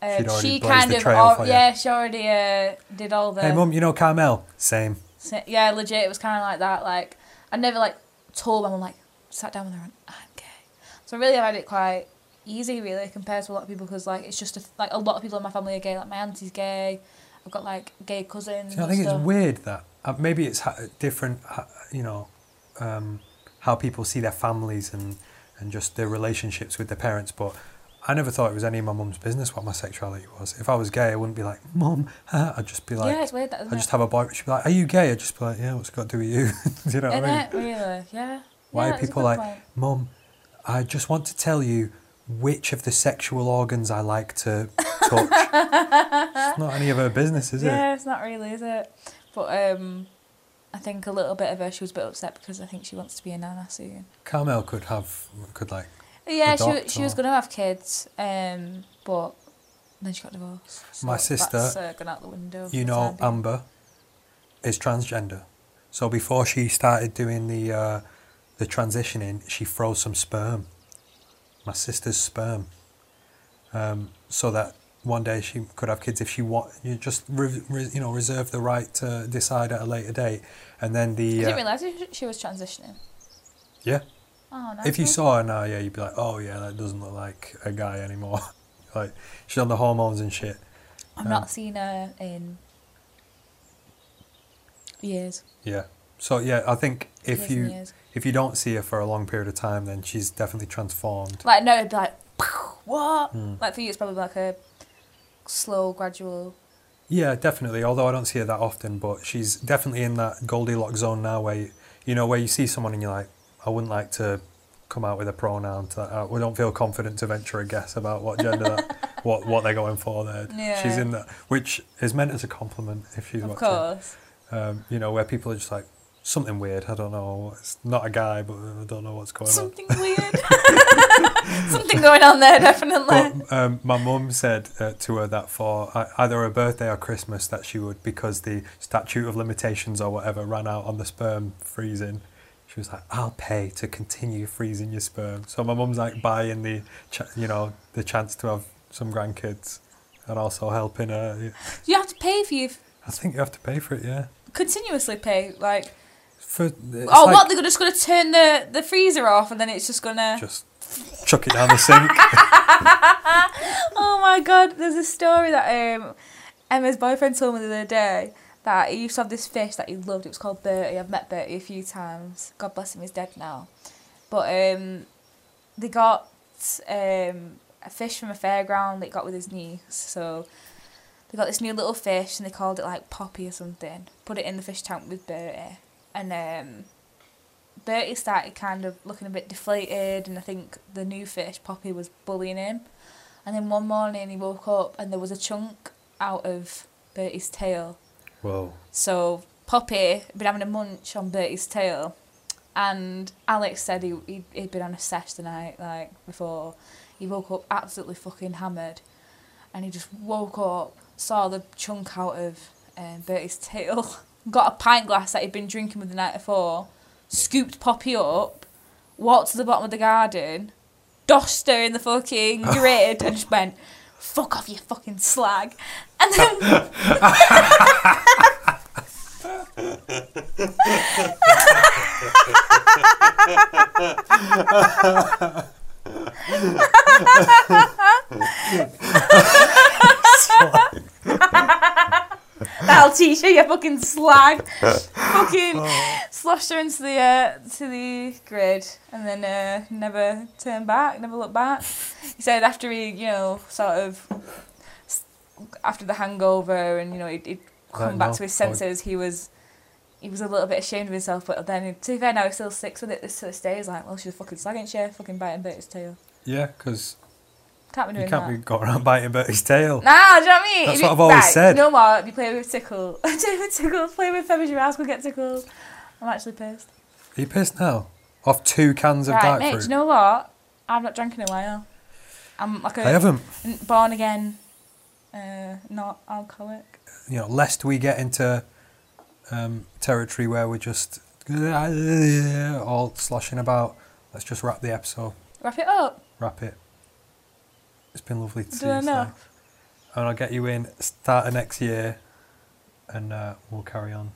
Um, She'd already she blazed kind the of trail al- for you. yeah, she already uh, did all the hey mum, you know Carmel? Same. So, yeah, legit. It was kind of like that. Like I never like told my mum like sat down with her and I'm gay. So I really had it quite easy really compared to a lot of people because like it's just a, like a lot of people in my family are gay. Like my auntie's gay. I've got like gay cousins. See, I and think stuff. it's weird that uh, maybe it's ha- different. ha- You know, um, how people see their families and and just their relationships with their parents, but. I never thought it was any of my mum's business what my sexuality was. If I was gay, I wouldn't be like, Mum, huh?" I'd just be like, yeah, it's weird that isn't I just have a boy. She'd be like, "Are you gay?" I'd just be like, "Yeah, what's it got to do with you?" Do you know it? Isn't what I mean? it really? Yeah. Yeah, Why are that's a people good like, point. "Mum, I just want to tell you which of the sexual organs I like to touch." it's not any of her business, is it? yeah, it's not really, is it? But um, I think a little bit of her. She was a bit upset because I think she wants to be a nana soon. Carmel could have, could like, Yeah, she adopt she was or- going to have kids, um, but then she got divorced. So My sister, that's, uh, gone out the window. for you the know, time being. Amber is transgender. So before she started doing the uh, the transitioning, she froze some sperm, my sister's sperm, um, so that one day she could have kids if she want. You just re- re- you know reserve the right to decide at a later date, and then I the didn't uh, realize she- she was transitioning. yeah. Oh, nice. If you one. saw her now, yeah, you'd be like, oh yeah, that doesn't look like a guy anymore. like she's on the hormones and shit. I've um, not seen her in years. Yeah. So yeah, I think if years and you years. if you don't see her for a long period of time, then she's definitely transformed. like no, it'd be like what? Mm. Like for you, it's probably like a slow, gradual. Yeah, definitely. Although I don't see her that often, but she's definitely in that Goldilocks zone now, where you, you know where you see someone and you're like, I wouldn't like to come out with a pronoun. To that. I don't feel confident to venture a guess about what gender that what what they're going for there. Yeah. She's in that, which is meant as a compliment if she's of watching. course. Um, you know, where people are just like something weird. I don't know. It's not a guy, but I don't know what's going on. Something weird. Something going on there, definitely. But um, my mum said uh, to her that for uh, either her birthday or Christmas that she would because the statute of limitations or whatever ran out on the sperm freezing. She was like, "I'll pay to continue freezing your sperm." So my mum's like buying the, cha- you know, the chance to have some grandkids, and also helping her. You have to pay for you I think you have to pay for it, yeah. continuously pay like For it's oh like what they're just gonna turn the the freezer off and then it's just gonna just chuck it down the sink. oh my god, there's a story that um, Emma's boyfriend told me the other day that he used to have this fish that he loved. It was called Bertie. I've met Bertie a few times. God bless him, he's dead now. But um, they got um, a fish from a fairground that he got with his niece. So they got this new little fish and they called it like Poppy or something. Put it in the fish tank with Bertie. And um, Bertie started kind of looking a bit deflated, and I think the new fish, Poppy, was bullying him. And then one morning he woke up and there was a chunk out of Bertie's tail. Whoa. So Poppy had been having a munch on Bertie's tail, and Alex said he he'd, he'd been on a sesh the night like before. He woke up absolutely fucking hammered, and he just woke up, saw the chunk out of um, Bertie's tail, got a pint glass that he'd been drinking with the night before, scooped Poppy up, walked to the bottom of the garden, doshed her in the fucking grid, and just went. Fuck off, you fucking slag! And then That'll teach you, you fucking slag. fucking Oh. sloshed her into the uh, to the grid and then uh, never turned back, never looked back. He said after he, you know, sort of s- after the hangover and you know he'd, he'd come Right, back no, to his I would- senses, he was. He was a little bit ashamed of himself, but then to be fair, now he still sticks with it this- to this day. He's like, "Well, she's a fucking slag, ain't she? Fucking biting Bertie's tail. Yeah, because Can't be you doing can't that." be going around biting Bertie's tail. Nah, do you know what I mean? That's If what you- I've always right, said. No more. If you play with tickle, do you with tickle, play with feathers, your ass will get tickled. I'm actually pissed. Are you pissed now? Off two cans of right, dark mate. fruit. Do you know what? I've not drunk in a while. I'm like I a haven't. n- born again, uh, not alcoholic. You know, lest we get into um, territory where we're just all sloshing about. Let's just wrap the episode. Wrap it up. Wrap it. It's been lovely to see Done you. today. enough. And I'll get you in start of next year, and uh, we'll carry on.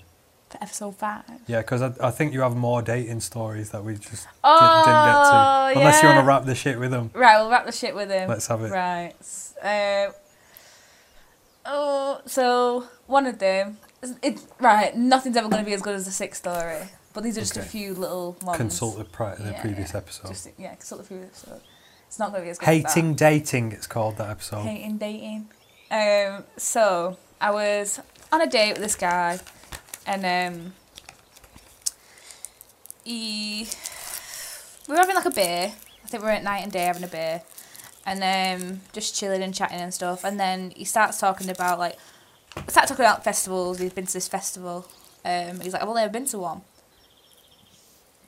For episode five. Yeah, because I, I think you have more dating stories that we just Oh, didn't, didn't get to. Unless you want yeah. to wrap the shit with them. Right, we'll wrap the shit with him. Let's have it. Right. s- Uh, oh, so one of them. It, right, nothing's ever going to be as good as the sixth story, but these are just a Okay. few little ones. Consult the, pri- the Yeah, previous yeah. episode. Just yeah, consult the few episode. It's not going to be as good. as that. Hating dating, it's called that episode. Hating dating. Um, so I was on a date with this guy, and um, he we were having like a beer. I think we were at night and day having a beer, and um, just chilling and chatting and stuff. And then he starts talking about like starts talking about festivals. He's been to this festival. Um, he's like, I've only ever been to one.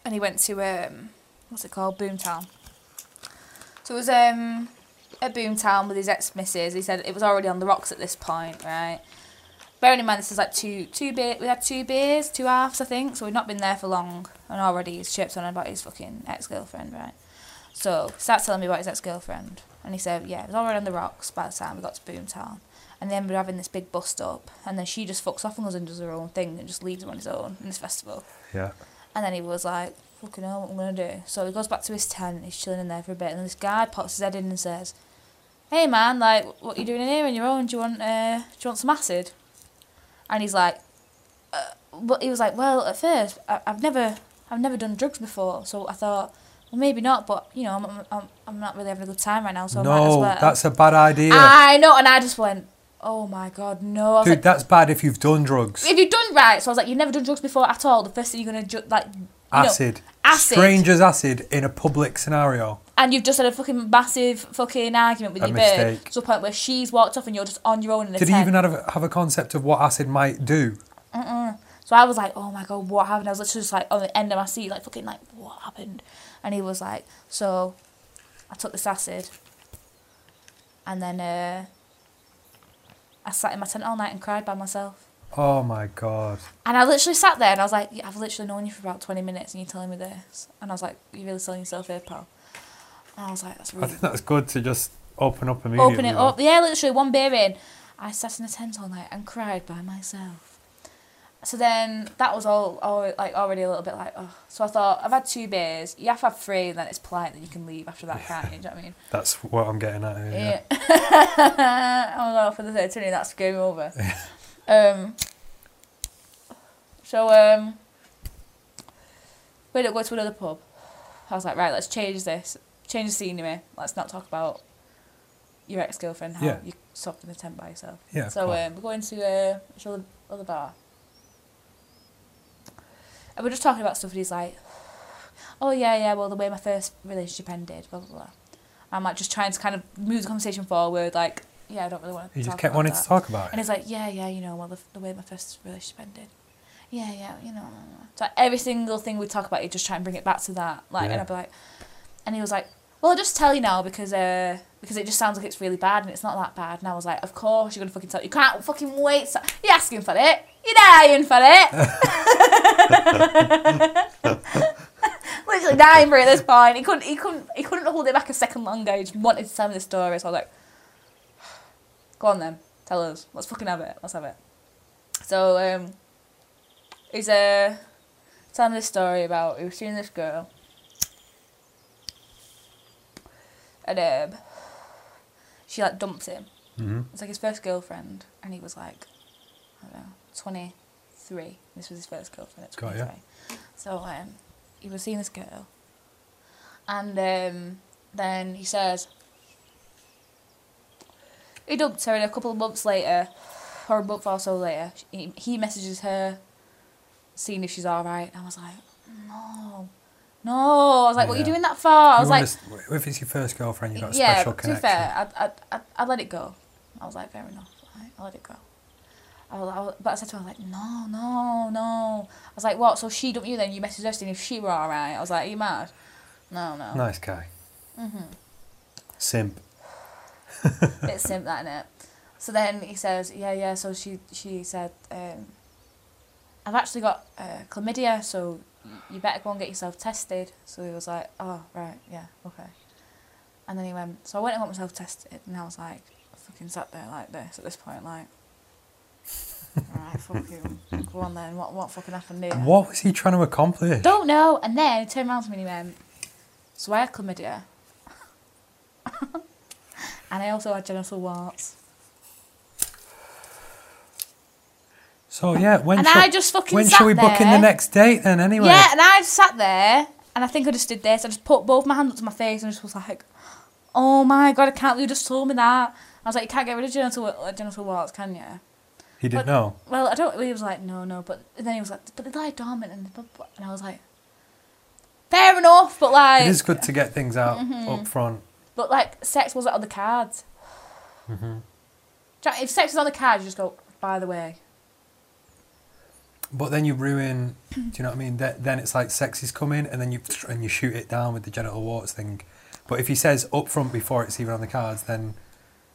And he went to um, what's it called, Boomtown. So it was um at Boomtown with his ex missus. He said it was already on the rocks at this point, right? Bearing in mind this is like two two beer we had two beers, two halves I think, so we've not been there for long and already he's chipped on about his fucking ex girlfriend, right? So he starts telling me about his ex girlfriend and he said, Yeah, it was already on the rocks by the time we got to Boomtown. And then we're having this big bust up and then she just fucks off and goes and does her own thing and just leaves him on his own in this festival. Yeah. And then he was like, fucking hell, what am I going to do? So he goes back to his tent, he's chilling in there for a bit, and this guy pops his head in and says, hey man, like, what you doing in here on your own? Do you want, uh, do you want some acid? And he's like, uh, well, he was like, well, at first, I, I've never, I've never done drugs before, so I thought, well, maybe not, but, you know, I'm, I'm- I'm, I'm not really having a good time right now, so I might as no, well. Ah, that's a bad idea. I know, and I just went, oh my God, no. I was Dude, like, that's bad if you've done drugs. if you've done right, so I was like, you've never done drugs before at all. The first thing you're gonna ju- like You know, acid. acid. Strangers acid in a public scenario. and you've just had a fucking massive fucking argument with A your babe mistake. to the point where she's walked off and you're just on your own in a Did he tent. even have a, have a concept of what acid might do? So I was like, oh my god, what happened? I was literally just like on the end of my seat, like fucking like, what happened? And he was like, so I took this acid and then uh, I sat in my tent all night and cried by myself. Oh my god. And I literally sat there and I was like, yeah, I've literally known you for about 20 minutes and you're telling me this. And I was like, you're really selling yourself here, pal. And I was like, that's I really think that's good to just open up immediately. open it though. up. Yeah, literally one beer in. I sat in a tent all night and cried by myself. So then that was all, all like already a little bit like oh. So I thought I've had two beers. You have to have three, and then it's polite that you can leave after that, can't you? Do you know what I mean? That's what I'm getting at here. Yeah. Yeah. oh no, for the third turn, that's game over. um. So um. We ended up going to another pub. I was like, right, let's change this, change the scenery. Let's not talk about your ex girlfriend. How Yeah. you stopped in the tent by yourself. Yeah, of so course. um, we're going to uh, this other other bar. And we're just talking about stuff, and he's like, "Oh yeah, yeah. Well, the way my first relationship ended, blah blah blah." I'm like just trying to kind of move the conversation forward. Like, yeah, I don't really want to. He just talk kept about wanting that. to talk about And it. he's like, yeah, yeah, you know, well, the, the way my first relationship ended. Yeah, yeah, you know. blah, blah, blah." So every single thing we talk about, he'd just try and bring it back to that. Like, and Yeah. I'd be like, and he was like, well, I'll just tell you now because uh, because it just sounds like it's really bad and it's not that bad. And I was like, of course you're gonna fucking tell. You can't fucking wait. So you're asking for it. You're dying for it. Literally dying for it at this point. He couldn't. He couldn't. He couldn't hold it back a second longer. He just wanted to tell me the story. So I was like, go on then. Tell us. Let's fucking have it. Let's have it. So um, he's uh, telling this story about he was seeing this girl. And um, she like dumped him. hmm It's like his first girlfriend, and he was like, I don't know, 23. This was his first girlfriend at Got 23. ya. So um, he was seeing this girl, and um, then he says, he dumped her, and a couple of months later, or a month or so later, sh- he, he messages her, seeing if she's alright. And I was like, no. No, I was like, what are you Yeah. doing that for? I was like, if it's your first girlfriend, you've got a yeah, special but to be connection. fair, I, I, I, I let it go. I was like, fair enough. I, I let it go. I was, I was- but I said to her, I was like, no, no, no. I was like, what? So she dumped you then? You messaged her saying if she were all right? I was like, are you mad? No, no. Mm-hmm. Nice guy. Simp. bit simp that innit? So then he says, yeah, yeah. So she she said, um, I've actually got uh, chlamydia, so y- you better go and get yourself tested. So he was like, oh right, yeah, okay. And then he went. So I went and got myself tested, and I was like, fucking sat there like this at this point, like, right, fuck you, go on then. What what fucking happened here? And what was he trying to accomplish? Don't know. And then he turned around to me and he went, So I had chlamydia. and I also had genital warts. So yeah, when And shall, I just fucking when sat shall we book in the there. next date then? Anyway, Yeah, and I sat there and I think I just did this. I just put both my hands up to my face and just was like, Oh my god, I can't believe you just told me that. I was like, You can't get rid of genital, uh, genital warts, can you? he didn't but- know. Well, I don't. He was like, no, no, but and then he was like, but they lie dormant, and, blah, blah," and I was like, fair enough, but like, Mm-hmm. It is good to get things out up front. But like, sex wasn't on the cards. Mm-hmm. Do you know- If sex is on the cards, you just go. By the way, But then you ruin. Do you know what I mean? Th- Then it's like sex is coming, and then you and you shoot it down with the genital warts thing. But if he says up front before it's even on the cards, then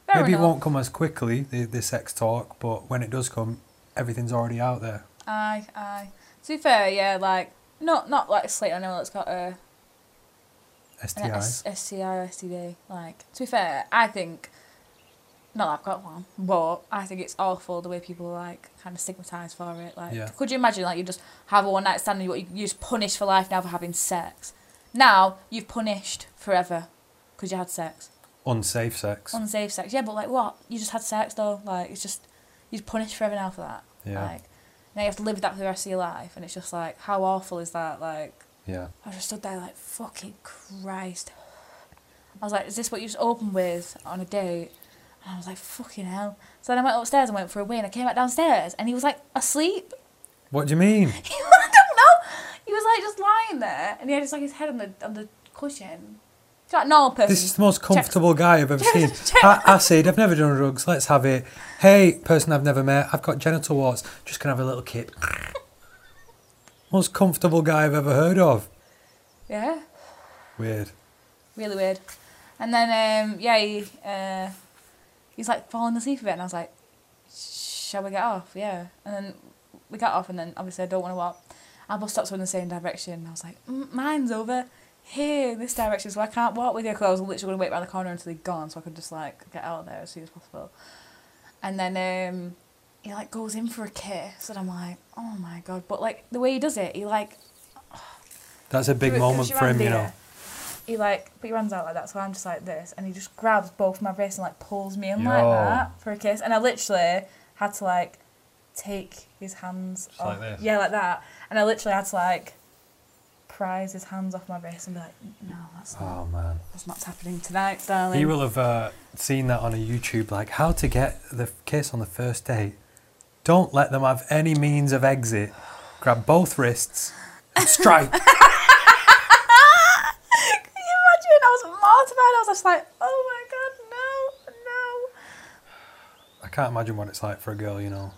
fair maybe enough. it won't come as quickly the, the sex talk. But when it does come, everything's already out there. Aye, aye. To be fair, yeah, like not not like slate on anyone that's got a an STIs. S- STI or STD. Like to be fair, I think not that I've got one, but I think it's awful the way people like kind of stigmatized for it. Like, Yeah. could you imagine like you just have a one night stand and you you just punished for life now for having sex? Now you've punished forever because you had sex. Unsafe sex. Unsafe sex. Yeah, but like what? You just had sex though. Like it's just you're punished forever now for that. Yeah. Like now you have to live with that for the rest of your life, and it's just like how awful is that? Like yeah. I just stood there like fucking Christ. I was like, is this what you just opened with on a date? And I was like, fucking hell. So then I went upstairs and went for a wee, and I came back downstairs, and he was like asleep. What do you mean? I don't know. He was like just lying there, and he had just like his head on the on the cushion. It's like a normal person. This is the most comfortable guy I've ever Check- seen. check- A- acid, I've never done drugs, let's have it. Hey, person I've never met, I've got genital warts, just gonna have a little kip. most comfortable guy I've ever heard of. yeah, Weird. really weird. And then um, yeah, he uh, he's like falling asleep a bit, and I was like, shall we get off? Yeah. And then we got off, and then obviously I don't want to walk. Our bus stops were in the same direction. And I was like, mm, mine's over here in this direction, so I can't walk with you because I was literally going to wait around the corner until he'd gone, so I could just like get out of there as soon as possible. And then um, he like goes in for a kiss, and I'm like, oh my god! But like the way he does it, he like That's a big do it 'cause moment your for him, hand's you know. here. He like, but he runs out like that, so I'm just like this, and he just grabs both my wrists and like pulls me in Yo. like that for a kiss, and I literally had to like take his hands Just off, like this? yeah, like that, and I literally had to like prise his hands off my wrist and be like, no, that's not, Oh man. that's not happening tonight, darling. He will have uh, seen that on a YouTube, like how to get the kiss on the first date. Don't let them have any means of exit. Grab both wrists and strike. Can you imagine? I was mortified. I was just like, oh my god, no, no. I can't imagine what it's like for a girl, you know.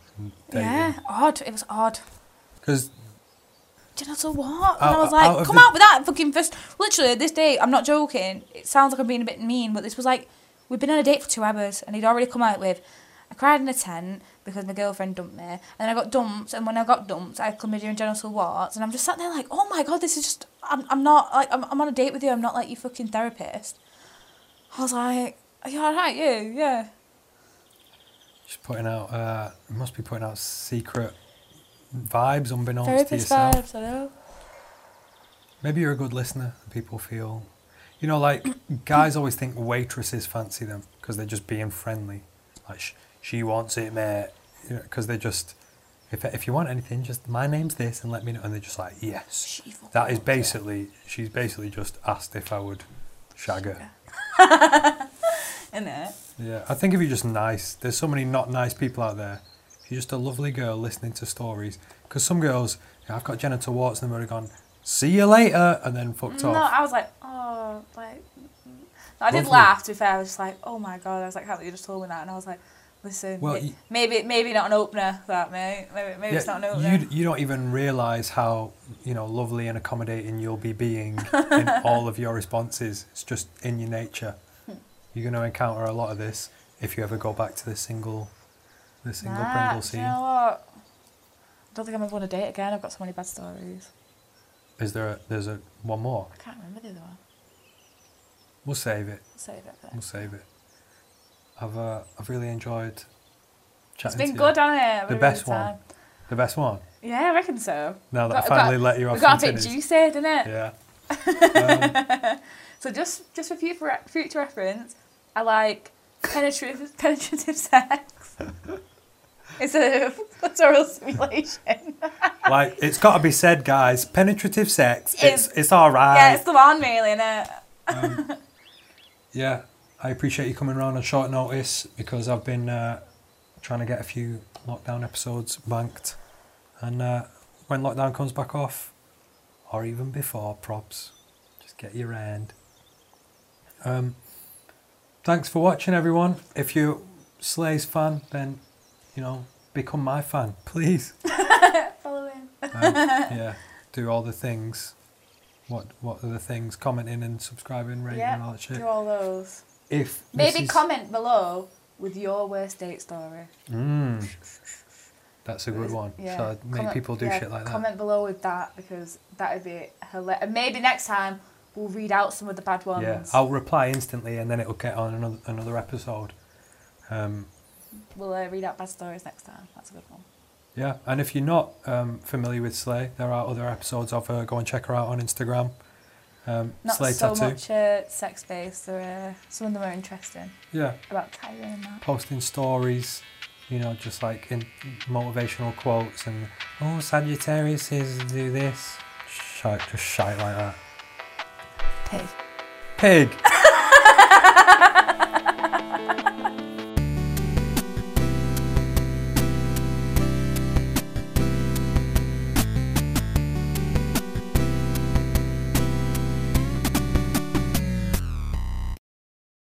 Yeah, odd. It was odd. Because genital what? And Out- I was out like, of come the- out with that fucking first. Literally, this date, I'm not joking. It sounds like I'm being a bit mean, but this was like, we'd been on a date for two hours and he'd already come out with, I cried in a tent because my girlfriend dumped me. And then I got dumped. And when I got dumped, I had chlamydia and genital warts. And I'm just sat there like, oh my God, this is just, I'm, I'm not, like, I'm, I'm on a date with you. I'm not like your fucking therapist. I was like, are you all right? You, yeah. she's putting out, uh, must be putting out secret vibes unbeknownst to Therapist yourself. vibes, I know. Maybe you're a good listener. and People feel, you know, like guys always think waitresses fancy them because they're just being friendly. Like sh- she wants it, mate. Because they're just, if if you want anything, just my name's this and let me know. And they're just like, yes. She fucking That is wants it. basically she's basically just asked if I would shag her. Innit? Yeah, I think if you're just nice, there's so many not nice people out there. If you're just a lovely girl listening to stories, because some girls, "Yeah, I've got genital warts, and they would have gone, see you later, and then fucked No, off. I was like, oh, like. mm. I did Lovely. laugh. To be fair, I was just like, oh my god. I was like, how you just told me that, and I was like, listen, Well, may- you- maybe maybe not an opener, that mate. Maybe maybe it's not an opener. you, d- you don't even realize how you know lovely and accommodating you'll be being in all of your responses. It's just in your nature. You're going to encounter a lot of this if you ever go back to the single, the single Nah, do Pringle scene. You know what? I don't think I'm ever on a date again. I've got so many bad stories. Is there a, there's a one more? I can't remember the other one. We'll save it. I'll save it. for We'll then. save it. I've uh, I've really enjoyed It's chatting. been to good, You. hasn't it? I've The had a really best good one. time. The best one. Yeah, I reckon so. Now that Got- I finally let you We off. got a some bit tinnies. juicy, didn't it? Yeah. Um, So just just for future future reference, I like penetrative penetrative sex instead of clitoral stimulation. like it's got to be said, guys. Penetrative sex. It's It's- it's all right. yeah, it's the one really, is it? Um, Yeah, I appreciate you coming round on short notice because I've been uh, trying to get a few lockdown episodes banked. And uh, when lockdown comes back off, or even before, props, just get your end. Um, thanks for watching, everyone. If you're Slay's fan, then, you know, become my fan, please. Follow him. Um, yeah, do all the things. What what are the things? Commenting and subscribing, rating, and all Yeah, that shit. do all those. If Maybe Mrs. comment below with your worst date story. Mm. That's a good one. Yeah, So many comment- people do yeah, shit like that. Comment below with that because that would be hilarious. And maybe next time we'll read out some of the bad ones. Yeah, I'll reply instantly, and then it'll get on another another episode. Um, We'll uh, read out bad stories next time. That's a good one. yeah, and if you're not um, familiar with Slay, there are other episodes of her. Go and check her out on Instagram. Um, Not Slay so Tattoo. much uh, sex based, or uh, some of them are interesting Yeah, about Kylie and that. posting stories. You know, just like in motivational quotes and oh, Sagittarius is do this. Shite, just shite like that. Pig. Pig.